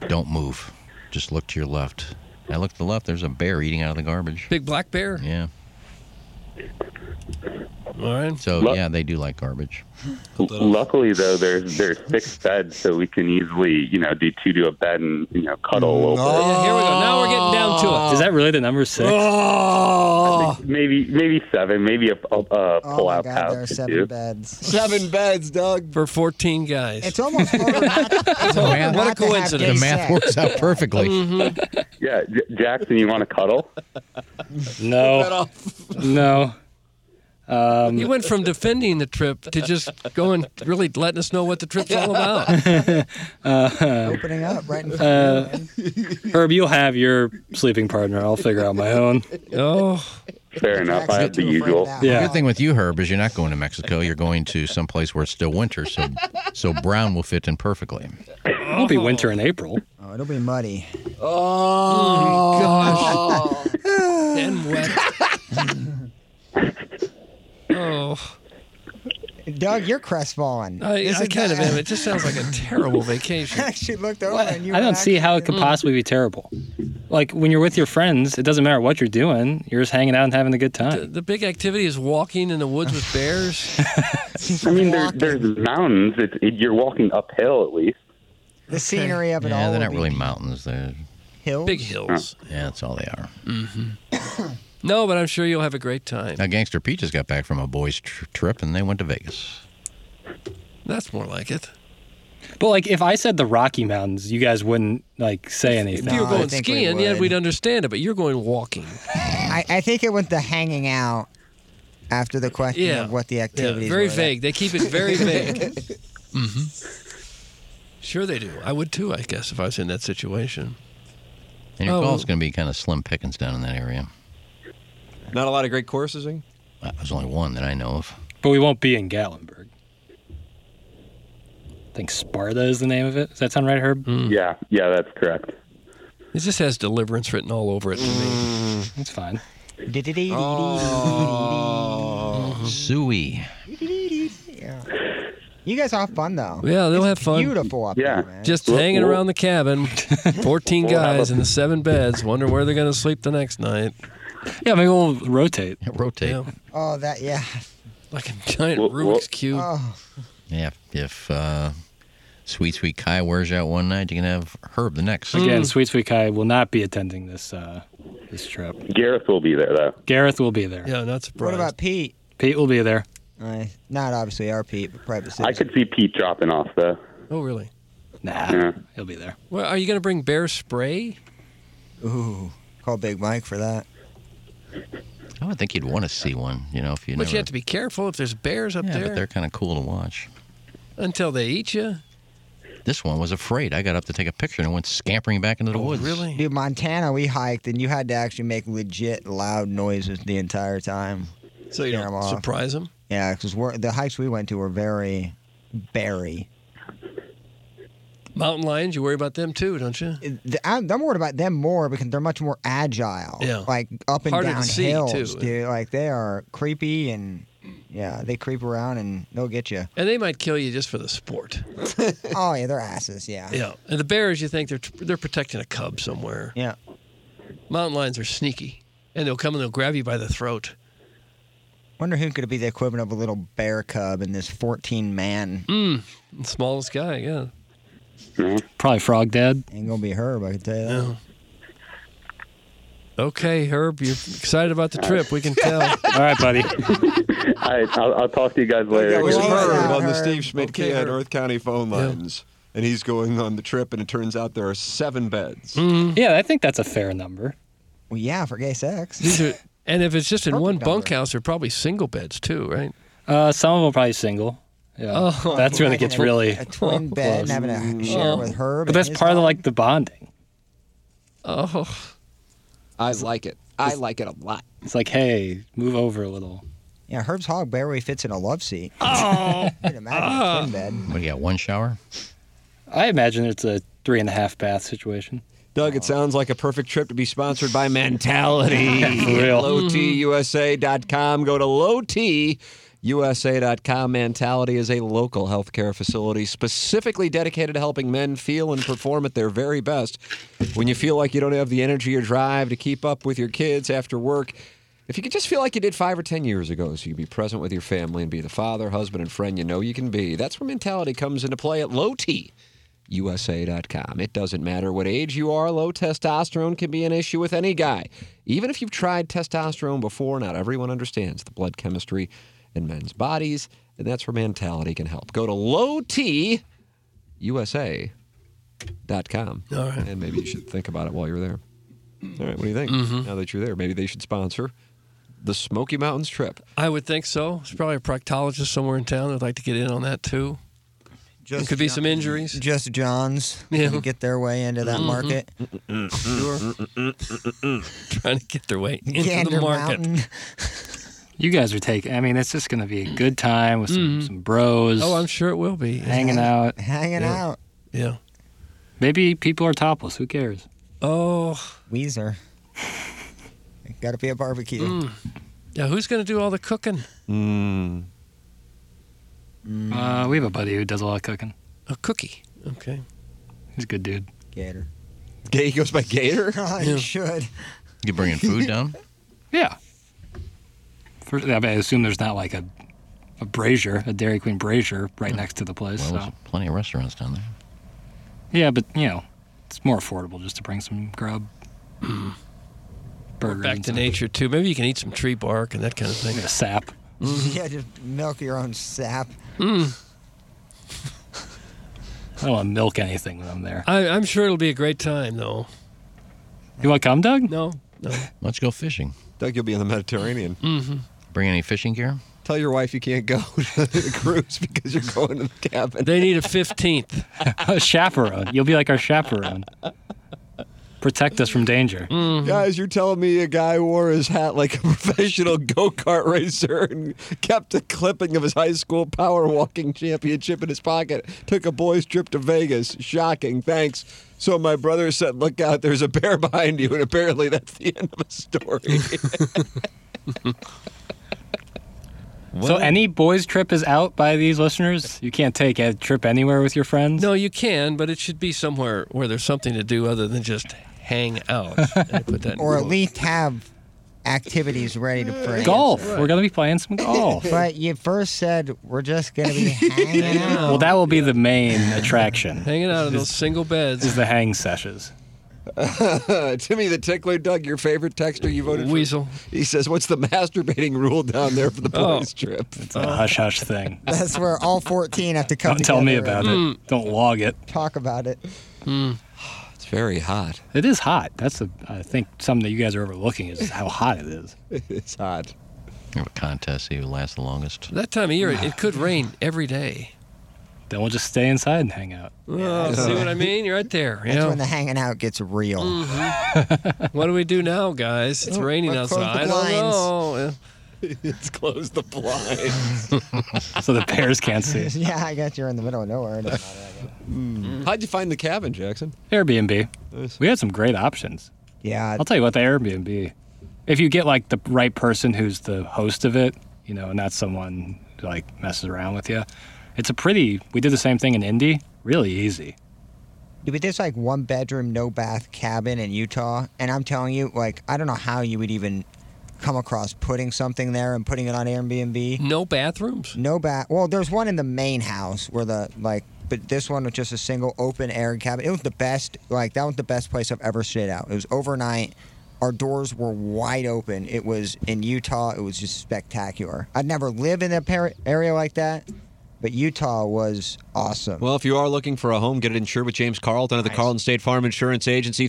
[SPEAKER 2] "Don't move. Just look to your left." I look to the left. There's a bear eating out of the garbage.
[SPEAKER 3] Big black bear.
[SPEAKER 2] Yeah.
[SPEAKER 3] All right.
[SPEAKER 2] So
[SPEAKER 5] Look-
[SPEAKER 2] yeah, they do like garbage.
[SPEAKER 5] luckily though, there's there's six beds, so we can easily you know do two to a bed and you know cuddle
[SPEAKER 3] Mm,
[SPEAKER 5] a little bit.
[SPEAKER 3] Yeah, here we go. Now we're getting down to
[SPEAKER 4] Is that really the number six?
[SPEAKER 3] uh,
[SPEAKER 5] Maybe maybe seven, maybe a, a, a
[SPEAKER 1] Oh
[SPEAKER 5] pull
[SPEAKER 1] my
[SPEAKER 5] out
[SPEAKER 1] God, there are
[SPEAKER 5] couch.
[SPEAKER 1] seven
[SPEAKER 5] too.
[SPEAKER 1] beds.
[SPEAKER 8] Seven beds, Doug.
[SPEAKER 3] it for 14 guys.
[SPEAKER 1] It's almost over. Not, it's over
[SPEAKER 2] Man,
[SPEAKER 1] not
[SPEAKER 3] what a
[SPEAKER 1] to have
[SPEAKER 3] coincidence.
[SPEAKER 2] The
[SPEAKER 1] gay
[SPEAKER 2] math
[SPEAKER 1] sex.
[SPEAKER 2] works out perfectly.
[SPEAKER 5] Yeah, J- Jackson, you want to cuddle?
[SPEAKER 4] No. No.
[SPEAKER 3] He went from defending the trip to just going really letting us know what the trip's all about.
[SPEAKER 1] Opening up right
[SPEAKER 3] Uh,
[SPEAKER 1] in front of you.
[SPEAKER 4] Herb, you'll have your sleeping partner. I'll figure out my own.
[SPEAKER 3] Oh,
[SPEAKER 5] Fair enough. I
[SPEAKER 1] Jackson,
[SPEAKER 5] have the
[SPEAKER 1] too afraid
[SPEAKER 5] usual.
[SPEAKER 1] of that.
[SPEAKER 4] Yeah.
[SPEAKER 2] Good thing with you, Herb, is you're not going to Mexico. You're going to someplace where it's still winter, so so brown will fit in perfectly.
[SPEAKER 4] It won't be winter in April.
[SPEAKER 1] Oh, it'll be muddy.
[SPEAKER 3] and wet. oh,
[SPEAKER 1] Doug, you're crestfallen.
[SPEAKER 3] I, I
[SPEAKER 1] Isn't
[SPEAKER 3] kind of
[SPEAKER 1] that-
[SPEAKER 3] am. It just sounds like a terrible vacation.
[SPEAKER 1] I actually looked over and you.
[SPEAKER 4] I
[SPEAKER 1] were
[SPEAKER 4] don't see
[SPEAKER 1] actually-
[SPEAKER 4] how it could possibly be terrible. Like when you're with your friends, it doesn't matter what you're doing. You're just hanging out and having a good time.
[SPEAKER 3] The big activity is walking in the woods with bears.
[SPEAKER 5] I mean, there, there's mountains. It's, it, you're walking uphill at least.
[SPEAKER 1] the scenery of it
[SPEAKER 2] Yeah,
[SPEAKER 1] all.
[SPEAKER 2] they're
[SPEAKER 1] will
[SPEAKER 2] not
[SPEAKER 1] be
[SPEAKER 2] really mountains. They're
[SPEAKER 1] hills.
[SPEAKER 3] Big hills. Mm-hmm.
[SPEAKER 2] yeah, that's all they are.
[SPEAKER 3] No, but I'm sure you'll have a great time.
[SPEAKER 2] Now, Gangster Pete just got back from a boys' tr- trip, and they went to Vegas.
[SPEAKER 3] That's more like it.
[SPEAKER 4] But like if I said the Rocky Mountains, you guys wouldn't like say
[SPEAKER 3] If you
[SPEAKER 4] anything.
[SPEAKER 3] were
[SPEAKER 1] No, I
[SPEAKER 3] going
[SPEAKER 1] think we
[SPEAKER 3] skiing, yeah,
[SPEAKER 1] would.
[SPEAKER 3] we'd understand it, but you're going walking.
[SPEAKER 1] I, I think it was the hanging out after the question
[SPEAKER 3] Yeah.
[SPEAKER 1] of what the activities
[SPEAKER 3] very
[SPEAKER 1] were.
[SPEAKER 3] vague. They keep it very vague. hmm Sure, they do. I would too, I guess, if I was in that situation.
[SPEAKER 6] And your
[SPEAKER 3] Oh.
[SPEAKER 6] goal's going to be kind of slim pickings down in that area.
[SPEAKER 2] Not a lot of great courses,
[SPEAKER 8] eh?
[SPEAKER 2] in?
[SPEAKER 6] Uh, There's only one that I know of.
[SPEAKER 4] But we won't be in Gatlinburg. I think Sparta is the name of it. Does that sound right, Herb?
[SPEAKER 5] Mm.
[SPEAKER 6] Hmm.
[SPEAKER 7] Yeah, yeah, that's correct.
[SPEAKER 3] It just has deliverance written all over it to me.
[SPEAKER 4] That's fine.
[SPEAKER 6] Suey.
[SPEAKER 1] You guys all have fun though.
[SPEAKER 3] Yeah, they'll have fun.
[SPEAKER 1] Beautiful up
[SPEAKER 7] Yeah.
[SPEAKER 1] there, man.
[SPEAKER 3] Just
[SPEAKER 7] We'll-
[SPEAKER 3] hanging
[SPEAKER 7] we'll-
[SPEAKER 3] around the cabin, 14
[SPEAKER 7] We'll have
[SPEAKER 3] guys
[SPEAKER 7] a-
[SPEAKER 3] in the seven beds, wonder where they're going to sleep the next night.
[SPEAKER 4] Yeah, maybe we'll rotate.
[SPEAKER 6] Rotate.
[SPEAKER 3] Yeah,
[SPEAKER 1] Oh, that yeah.
[SPEAKER 3] like a giant
[SPEAKER 7] We'll- we'll-
[SPEAKER 3] Rubik's Cube.
[SPEAKER 1] Oh,
[SPEAKER 6] Yeah. If uh, Sweet Sweet Kai wears out one night, you can have Herb the next.
[SPEAKER 4] Again, Sweet Sweet Kai will not be attending this uh, this trip.
[SPEAKER 7] Gareth will be there though.
[SPEAKER 4] Gareth will be there.
[SPEAKER 3] yeah, not
[SPEAKER 1] what
[SPEAKER 3] surprised.
[SPEAKER 1] about Pete?
[SPEAKER 4] Pete will be there.
[SPEAKER 1] Uh, not obviously our Pete, but
[SPEAKER 7] I
[SPEAKER 1] private citizen.
[SPEAKER 7] could see Pete dropping off though.
[SPEAKER 3] oh, really?
[SPEAKER 4] Nah,
[SPEAKER 7] Yeah.
[SPEAKER 4] he'll be there.
[SPEAKER 3] Well, are you going to bring bear spray?
[SPEAKER 1] Ooh, call Big Mike for that.
[SPEAKER 6] I would think you'd want to see one, you know, if you
[SPEAKER 3] But
[SPEAKER 6] never,
[SPEAKER 3] you have to be careful if there's bears up
[SPEAKER 6] Yeah, but they're
[SPEAKER 3] there
[SPEAKER 6] kind of cool to watch.
[SPEAKER 3] until they eat you.
[SPEAKER 6] This one was afraid. I got up to take a picture and went scampering back into the woods.
[SPEAKER 3] Oh, Really?
[SPEAKER 1] Dude, Montana, we hiked and you had to actually make legit loud noises the entire time.
[SPEAKER 3] So you
[SPEAKER 1] Scare 'em
[SPEAKER 3] don't
[SPEAKER 1] off.
[SPEAKER 3] surprise them?
[SPEAKER 1] Yeah, because the hikes we went to were very, very.
[SPEAKER 3] Mountain lions, you worry about them too, don't you?
[SPEAKER 1] Th- I'm I'm worried about them more because they're much more agile.
[SPEAKER 3] Yeah.
[SPEAKER 1] Like up and
[SPEAKER 3] Harder to
[SPEAKER 1] down
[SPEAKER 3] see,
[SPEAKER 1] hills,
[SPEAKER 3] too.
[SPEAKER 1] dude. Like they are creepy and yeah, they creep around and they'll get you.
[SPEAKER 3] And they might kill you just for the sport.
[SPEAKER 1] oh yeah, they're asses. Yeah.
[SPEAKER 3] Yeah. And the bears, you think they're they're protecting a cub somewhere.
[SPEAKER 1] Yeah.
[SPEAKER 3] Mountain lions are sneaky, and they'll come and they'll grab you by the throat.
[SPEAKER 1] Wonder who could be the equivalent of a little bear cub in this 14 man.
[SPEAKER 4] Mm.
[SPEAKER 3] The smallest guy, yeah.
[SPEAKER 4] Probably Frog Dad.
[SPEAKER 1] Ain't gonna be her, but I can tell you that.
[SPEAKER 3] Yeah. Okay, Herb, you're excited about the trip. We can tell.
[SPEAKER 4] All right, buddy.
[SPEAKER 7] All right, I'll, I'll talk to you guys later.
[SPEAKER 2] That was
[SPEAKER 1] Yeah.
[SPEAKER 2] Herb on the
[SPEAKER 1] Herb.
[SPEAKER 2] Steve Schmidt
[SPEAKER 3] Okay,
[SPEAKER 2] Kia
[SPEAKER 3] Herb.
[SPEAKER 2] North County phone
[SPEAKER 3] Yeah.
[SPEAKER 2] lines. And he's going on the trip, and it turns out there are seven beds.
[SPEAKER 3] Hmm.
[SPEAKER 4] yeah, I think that's a fair number.
[SPEAKER 1] Well, yeah, for gay sex.
[SPEAKER 3] These are, and if it's just in
[SPEAKER 1] Perfect
[SPEAKER 3] one
[SPEAKER 1] number.
[SPEAKER 3] bunkhouse, they're probably single beds too, right?
[SPEAKER 4] Uh, some of them are probably single. Yeah,
[SPEAKER 3] Oh.
[SPEAKER 4] that's where it
[SPEAKER 1] Having
[SPEAKER 4] gets
[SPEAKER 1] a-
[SPEAKER 4] really.
[SPEAKER 1] a twin bed and having a share with her.
[SPEAKER 4] But that's part of like the bonding.
[SPEAKER 3] Oh,
[SPEAKER 2] I like it. I like it a lot.
[SPEAKER 4] It's like, hey, move over a little.
[SPEAKER 1] Yeah, Herb's hog barely fits in a love seat. Oh,
[SPEAKER 4] Ah.
[SPEAKER 1] imagine a twin bed.
[SPEAKER 6] What do you got? One shower?
[SPEAKER 4] I imagine it's a three and a half bath situation.
[SPEAKER 2] Doug, it sounds like a perfect trip to be sponsored by Mentality.
[SPEAKER 4] For real.
[SPEAKER 2] LowTUSA.com. Go to LowTUSA.com. Mentality is a local healthcare facility specifically dedicated to helping men feel and perform at their very best. When you feel like you don't have the energy or drive to keep up with your kids after work, if you could just feel like you did five or ten years ago, so you could be present with your family and be the father, husband, and friend you know you can be, that's where mentality comes into play at Low T. USA.com. It doesn't matter what age you are, low testosterone can be an issue with any guy. Even if you've tried testosterone before, not everyone understands the blood chemistry in men's bodies, and that's where mentality can help. Go to low T USA.com.
[SPEAKER 3] All right.
[SPEAKER 2] And maybe you should think about it while you're there. All right, what do you think?
[SPEAKER 3] Mm-hmm.
[SPEAKER 2] Now that you're there, maybe they should sponsor the Smoky Mountains trip.
[SPEAKER 3] I would think so. There's probably a proctologist somewhere in town that'd like to get in on that too. There could be some injuries.
[SPEAKER 1] Just Johns.
[SPEAKER 3] Yeah. Mm-hmm.
[SPEAKER 1] to Get their way into that market.
[SPEAKER 3] Trying to get their way into
[SPEAKER 1] Gander
[SPEAKER 3] the market.
[SPEAKER 1] Mountain.
[SPEAKER 4] You guys are taking. I mean, it's just going to be a good time with some, some bros.
[SPEAKER 3] Oh, I'm sure it will be.
[SPEAKER 4] hanging out.
[SPEAKER 1] Hanging out.
[SPEAKER 3] Yeah.
[SPEAKER 4] Maybe people are topless. Who cares?
[SPEAKER 3] Oh,
[SPEAKER 1] Weezer. Gotta be a barbecue.
[SPEAKER 3] Mm. yeah. Who's going to do all the cooking?
[SPEAKER 4] Uh, we have a buddy who does a lot of cooking.
[SPEAKER 3] A cookie. Okay.
[SPEAKER 4] He's a good dude.
[SPEAKER 1] Gator.
[SPEAKER 2] Gay he goes by Gator?
[SPEAKER 1] Oh,
[SPEAKER 3] Yeah.
[SPEAKER 1] you should.
[SPEAKER 6] You bringing food down?
[SPEAKER 4] Yeah. First, I, mean, I assume there's not like a a brazier, a Dairy Queen brazier right next to the place.
[SPEAKER 6] Well, there's
[SPEAKER 4] so.
[SPEAKER 6] plenty of restaurants down there.
[SPEAKER 4] Yeah, but you know, it's more affordable just to bring some grub. Burger
[SPEAKER 3] Back
[SPEAKER 4] and
[SPEAKER 3] to
[SPEAKER 4] stuff.
[SPEAKER 3] nature too. Maybe you can eat some tree bark and that kind of thing.
[SPEAKER 4] Yeah, sap.
[SPEAKER 1] Yeah, just milk your own sap.
[SPEAKER 4] I don't want to milk anything when I'm there.
[SPEAKER 3] I, I'm sure it'll be a great time though.
[SPEAKER 4] You want to come, Doug?
[SPEAKER 3] No. No.
[SPEAKER 6] Let's go fishing.
[SPEAKER 2] Doug, you'll be in the Mediterranean.
[SPEAKER 6] Mm-hmm. Bring any fishing gear?
[SPEAKER 2] Tell your wife you can't go to the cruise because you're going to the cabin.
[SPEAKER 3] They need a 15th.
[SPEAKER 4] a chaperone. You'll be like our chaperone. Protect us from danger.
[SPEAKER 6] Mm. Mm-hmm.
[SPEAKER 2] Guys, you're telling me a guy wore his hat like a professional go kart racer and kept a clipping of his high school power walking championship in his pocket. Took a boys' trip to Vegas. Shocking. Thanks. So my brother said, "Look out! There's a bear behind you," and apparently that's the end of the story.
[SPEAKER 4] So any boys trip is out by these listeners. You can't take a trip anywhere with your friends.
[SPEAKER 3] No, you can, but it should be somewhere where there's something to do other than just hang out. And I put that in
[SPEAKER 1] or at
[SPEAKER 3] quotes.
[SPEAKER 1] least have activities ready to play.
[SPEAKER 4] Golf. We're gonna be playing some golf.
[SPEAKER 1] But you first said we're just gonna be hanging out.
[SPEAKER 4] Well, that will be the main attraction.
[SPEAKER 3] hanging out in those single
[SPEAKER 4] Is
[SPEAKER 3] beds.
[SPEAKER 4] the hang sessions.
[SPEAKER 2] Timmy the tickler, Doug, your favorite texter you voted for.
[SPEAKER 3] Weasel.
[SPEAKER 2] He says, "What's the masturbating rule down there for the
[SPEAKER 3] Oh.
[SPEAKER 2] boys' trip?"
[SPEAKER 4] It's a hush hush thing.
[SPEAKER 1] That's where all 14 have to come
[SPEAKER 4] Don't tell me
[SPEAKER 1] together
[SPEAKER 4] about
[SPEAKER 1] and
[SPEAKER 4] it. Don't log it.
[SPEAKER 1] Talk about it.
[SPEAKER 2] It's very hot.
[SPEAKER 4] It is hot. That's a, I think something that you guys are overlooking is how hot it is.
[SPEAKER 2] It's hot.
[SPEAKER 6] Have a contest, see who lasts the longest.
[SPEAKER 3] That time of year, it, it could rain every day.
[SPEAKER 4] Then we'll just stay inside and hang out.
[SPEAKER 3] Oh, see what I mean? You're right there. You
[SPEAKER 1] That's
[SPEAKER 3] know?
[SPEAKER 1] when the hanging out gets real.
[SPEAKER 3] Mm. what do we do now, guys? It's raining
[SPEAKER 1] let's close
[SPEAKER 3] outside.
[SPEAKER 1] Oh, the
[SPEAKER 3] I don't
[SPEAKER 1] blinds.
[SPEAKER 3] know.
[SPEAKER 2] It's close the blind.
[SPEAKER 4] So the bears can't see. us.
[SPEAKER 1] yeah, I guess you're in the middle of nowhere. Doesn't matter.
[SPEAKER 2] How'd you find the cabin, Jackson?
[SPEAKER 4] Airbnb. We had some great options.
[SPEAKER 1] Yeah,
[SPEAKER 4] I'll tell you what, the Airbnb. If you get like the right person who's the host of it, you know, not someone who like messes around with you, it's a pretty. We did the same thing in Indy. Really easy.
[SPEAKER 1] But there's like one bedroom, no bath cabin in Utah, and I'm telling you, like, I don't know how you would even come across putting something there and putting it on Airbnb.
[SPEAKER 3] No bathrooms.
[SPEAKER 1] No bath. Well, there's one in the main house where the like, but this one was just a single open air cabin. It was the best. Like that was the best place I've ever stayed out. It was overnight. Our doors were wide open. It was in Utah. It was just spectacular. I'd never lived in a par- area like that, but Utah was awesome.
[SPEAKER 2] Well, if you are looking for a home, get it insured with James Carlton at the Carlton State Farm Insurance Agency,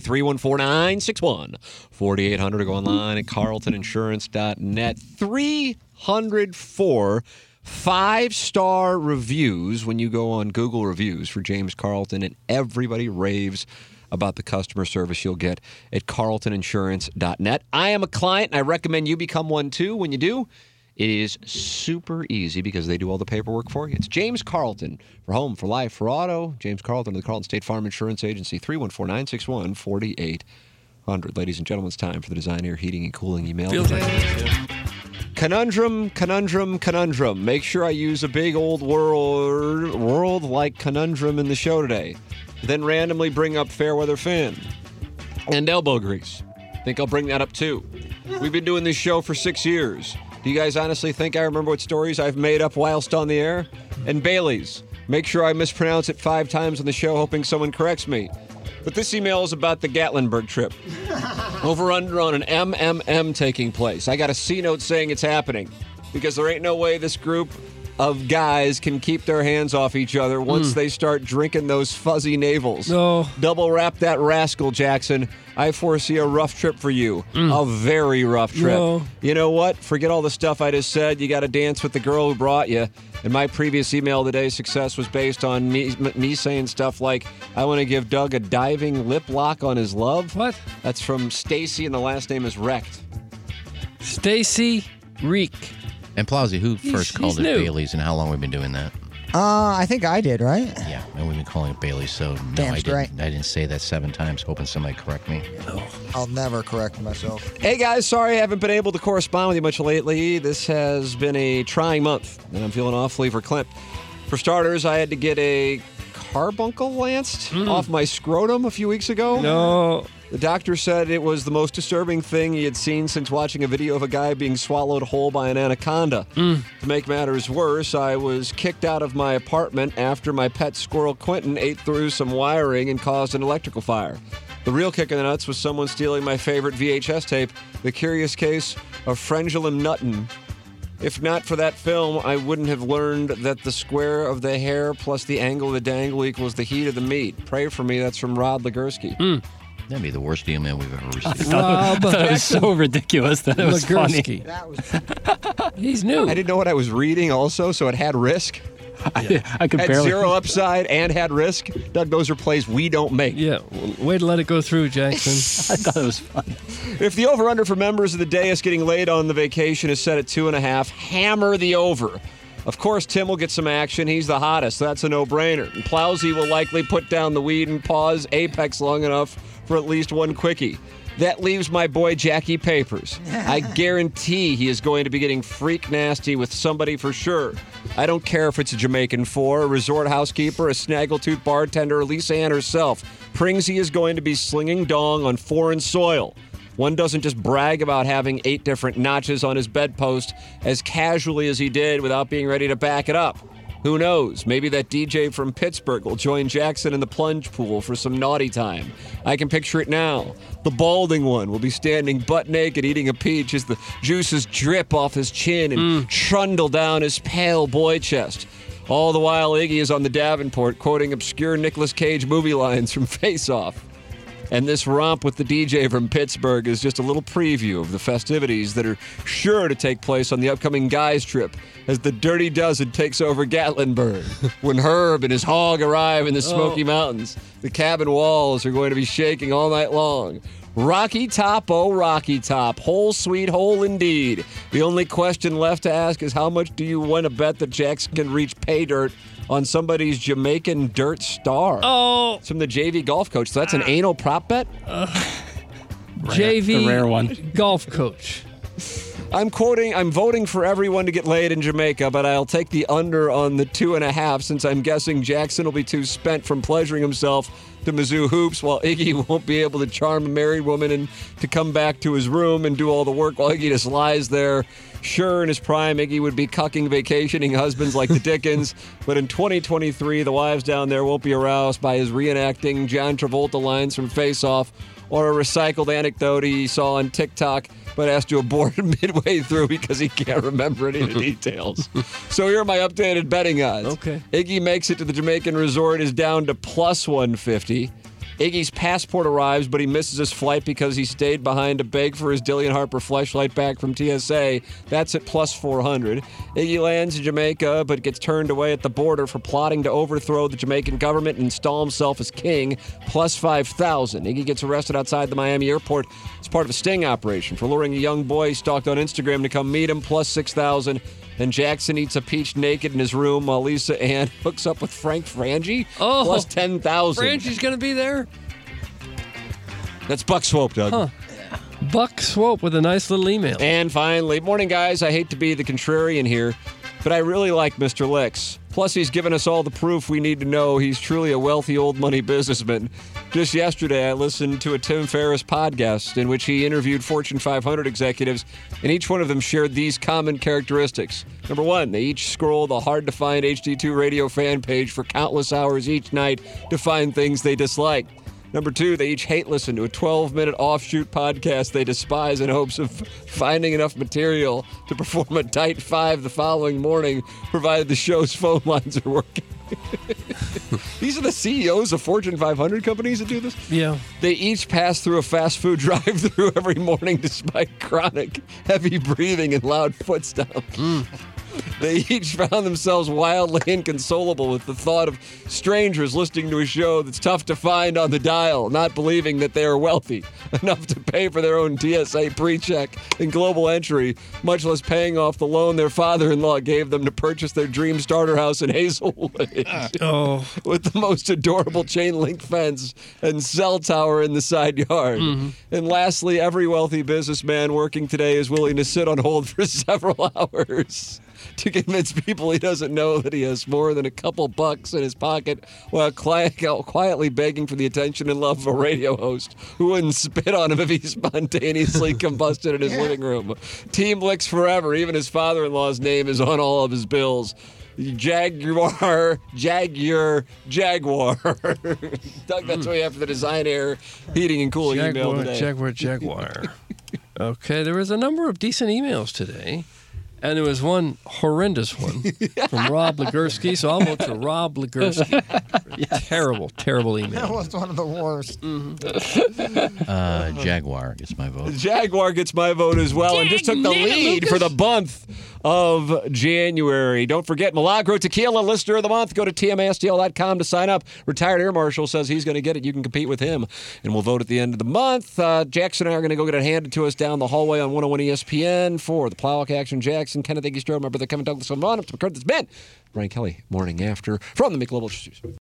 [SPEAKER 2] 314-961-4800 or go online at carltoninsurance.net. 304 five-star reviews when you go on Google reviews for James Carlton and everybody raves about the customer service you'll get at carltoninsurance.net. I am a client and I recommend you become one too. When you do, it is super easy because they do all the paperwork for you. It's James Carlton for home, for life, for auto. James Carlton of the Carlton State Farm Insurance Agency, 314 961 4800. Ladies and gentlemen, it's time for the Design Air Heating and Cooling email.
[SPEAKER 3] Feels like-
[SPEAKER 2] Conundrum, conundrum, conundrum. Make sure I use a big old world, world like conundrum in the show today. Then randomly bring up Fairweather Finn and elbow grease. Think I'll bring that up too. We've been doing this show for six years. Do you guys honestly think I remember what stories I've made up whilst on the air? And Bailey's. Make sure I mispronounce it five times on the show, hoping someone corrects me. But this email is about the Gatlinburg trip. Over under on an MMM taking place. I got a C note saying it's happening because there ain't no way this group of guys can keep their hands off each other once they start drinking those fuzzy navels.
[SPEAKER 3] Hmm. No.
[SPEAKER 2] Double wrap that rascal, Jackson. I foresee a rough trip for you. A very rough trip.
[SPEAKER 3] Hmm. No.
[SPEAKER 2] You know what? Forget all the stuff I just said. You got to dance with the girl who brought you. In my previous email today, success was based on me, m- me saying stuff like, I want to give Doug a diving lip lock on his love.
[SPEAKER 3] What?
[SPEAKER 2] That's from Stacy, and the last name is Wrecked.
[SPEAKER 3] Stacy Reek.
[SPEAKER 6] And Plowsy, who
[SPEAKER 3] He's-
[SPEAKER 6] first called
[SPEAKER 3] he's
[SPEAKER 6] it
[SPEAKER 3] new.
[SPEAKER 6] Bailey's and how long we've been doing that?
[SPEAKER 1] uh, I think I did, right?
[SPEAKER 6] Yeah, and we've been calling it Bailey's, so no,
[SPEAKER 1] Damn
[SPEAKER 6] I didn't.
[SPEAKER 1] straight.
[SPEAKER 6] I didn't say that seven times, hoping somebody correct me.
[SPEAKER 1] I'll never correct myself.
[SPEAKER 2] Hey guys, sorry I haven't been able to correspond with you much lately. This has been a trying month, and I'm feeling awfully verklempt. For starters, I had to get a carbuncle lanced off my scrotum a few weeks ago.
[SPEAKER 3] No.
[SPEAKER 2] The doctor said it was the most disturbing thing he had seen since watching a video of a guy being swallowed whole by an anaconda. To make matters worse, I was kicked out of my apartment after my pet squirrel Quentin ate through some wiring and caused an electrical fire. The real kick in the nuts was someone stealing my favorite VHS tape, The Curious Case of Frenulum Nuttin. If not for that film, I wouldn't have learned that the square of the hair plus the angle of the dangle equals the heat of the meat. Pray for me, that's from Rod Ligursky.
[SPEAKER 6] That'd be the worst deal man we've ever received.
[SPEAKER 3] Rob
[SPEAKER 4] I thought it was so ridiculous that it was funny.
[SPEAKER 3] Ligursky.
[SPEAKER 1] That was
[SPEAKER 3] He's new.
[SPEAKER 2] I didn't know what I was reading also, so it had risk.
[SPEAKER 4] I could
[SPEAKER 2] Had
[SPEAKER 4] barely.
[SPEAKER 2] zero upside and had risk. Doug, those are plays we don't make.
[SPEAKER 3] Yeah, w- way to let it go through, Jackson.
[SPEAKER 4] I thought it was fun.
[SPEAKER 2] If the over under for members of the dais getting laid on the vacation is set at two and a half, hammer the over. Of course, Tim will get some action. He's the hottest. That's a no brainer. And Plowsy will likely put down the weed and pause Apex long enough for at least one quickie. That leaves my boy Jackie Papers. I guarantee he is going to be getting freak nasty with somebody for sure. I don't care if it's a Jamaican four, a resort housekeeper, a snaggletooth bartender, or Lisa Ann herself. Pringsy is going to be slinging dong on foreign soil. One doesn't just brag about having eight different notches on his bedpost as casually as he did without being ready to back it up. Who knows? Maybe that DJ from Pittsburgh will join Jackson in the plunge pool for some naughty time. I can picture it now. The balding one will be standing butt naked eating a peach as the juices drip off his chin and trundle down his pale boy chest. All the while, Iggy is on the Davenport quoting obscure Nicolas Cage movie lines from Face Off. And this romp with the DJ from Pittsburgh is just a little preview of the festivities that are sure to take place on the upcoming guys' trip as the Dirty Dozen takes over Gatlinburg. when Herb and his hog arrive in the Smoky Mountains, the cabin walls are going to be shaking all night long. Rocky Top, oh Rocky Top, whole sweet hole indeed. The only question left to ask is how much do you want to bet that Jackson can reach pay dirt on somebody's Jamaican dirt star?
[SPEAKER 3] oh,
[SPEAKER 2] It's from the JV golf coach. So that's an anal prop bet.
[SPEAKER 3] JV
[SPEAKER 4] the rare one.
[SPEAKER 3] golf coach.
[SPEAKER 2] I'm quoting. I'm voting for everyone to get laid in Jamaica, but I'll take the under on the two and a half since I'm guessing Jackson will be too spent from pleasuring himself to Mizzou hoops, while Iggy won't be able to charm a married woman and to come back to his room and do all the work while Iggy just lies there. Sure, in his prime, Iggy would be cucking vacationing husbands like the Dickens, but in 2023, the wives down there won't be aroused by his reenacting John Travolta lines from Face Off or a recycled anecdote he saw on TikTok but has to abort midway through because he can't remember any of the details. so here are my updated betting odds.
[SPEAKER 3] Okay.
[SPEAKER 2] Iggy makes it to the Jamaican resort is down to plus 150. Iggy's passport arrives, but he misses his flight because he stayed behind to beg for his Dillian Harper flashlight back from TSA. That's at plus 400. Iggy lands in Jamaica, but gets turned away at the border for plotting to overthrow the Jamaican government and install himself as king, plus 5,000. Iggy gets arrested outside the Miami airport as part of a sting operation for luring a young boy he stalked on Instagram to come meet him, plus 6,000. And Jackson eats a peach naked in his room while Lisa Ann hooks up with Frank Frangie,
[SPEAKER 3] Oh.
[SPEAKER 2] plus 10,000.
[SPEAKER 3] Francie's going to be there.
[SPEAKER 2] That's Buck Swope, Doug.
[SPEAKER 3] Buck Swope with a nice little email.
[SPEAKER 2] And finally, morning, guys. I hate to be the contrarian here, but I really like Mr. Licks. Plus, he's given us all the proof we need to know he's truly a wealthy old money businessman. Just yesterday, I listened to a Tim Ferriss podcast in which he interviewed Fortune 500 executives, and each one of them shared these common characteristics. Number one, they each scroll the hard to find HD2 radio fan page for countless hours each night to find things they dislike. Number two, they each hate listen to a 12 minute offshoot podcast they despise in hopes of finding enough material to perform a tight five the following morning, provided the show's phone lines are working. These are the CEOs of Fortune 500 companies that do this.
[SPEAKER 3] yeah.
[SPEAKER 2] They each pass through a fast food drive through every morning despite chronic heavy breathing and loud footsteps. They each found themselves wildly inconsolable with the thought of strangers listening to a show that's tough to find on the dial, not believing that they are wealthy enough to pay for their own TSA pre check and global entry, much less paying off the loan their father in law gave them to purchase their dream starter house in Hazelwood
[SPEAKER 3] Oh,
[SPEAKER 2] with the most adorable chain link fence and cell tower in the side yard. And lastly, every wealthy businessman working today is willing to sit on hold for several hours to convince people he doesn't know that he has more than a couple bucks in his pocket while cli- quietly begging for the attention and love of a radio host who wouldn't spit on him if he spontaneously combusted in his living room. Team Licks Forever, even his father in law's name is on all of his bills. Jaguar, Jaguar, Jaguar. Doug, that's what we have for the design, air, heating, and cooling email
[SPEAKER 3] Jaguar,
[SPEAKER 2] today.
[SPEAKER 3] Jaguar, Jaguar. okay, there was a number of decent emails today. And there was one horrendous one from Rob Ligursky. So I'll vote for Rob Ligursky. Terrible, terrible
[SPEAKER 1] That
[SPEAKER 3] email.
[SPEAKER 1] was one of the worst.
[SPEAKER 9] Uh, Jaguar gets my vote.
[SPEAKER 2] Jaguar gets my vote as well and just took the lead for the month of January. Don't forget Milagro Tequila, listener of the month. Go to tmastl.com to sign up. Retired Air Marshal says he's going to get it. You can compete with him, and we'll vote at the end of the month. Uh, Jackson and I are going to go get it handed to us down the hallway on 101 ESPN for the Plowhawk Action. Jackson, Kenneth Iggy Strode, my brother Kevin Douglas, I'm on up to McCurd. This has been Brian Kelly, morning after from the McLovin Studios.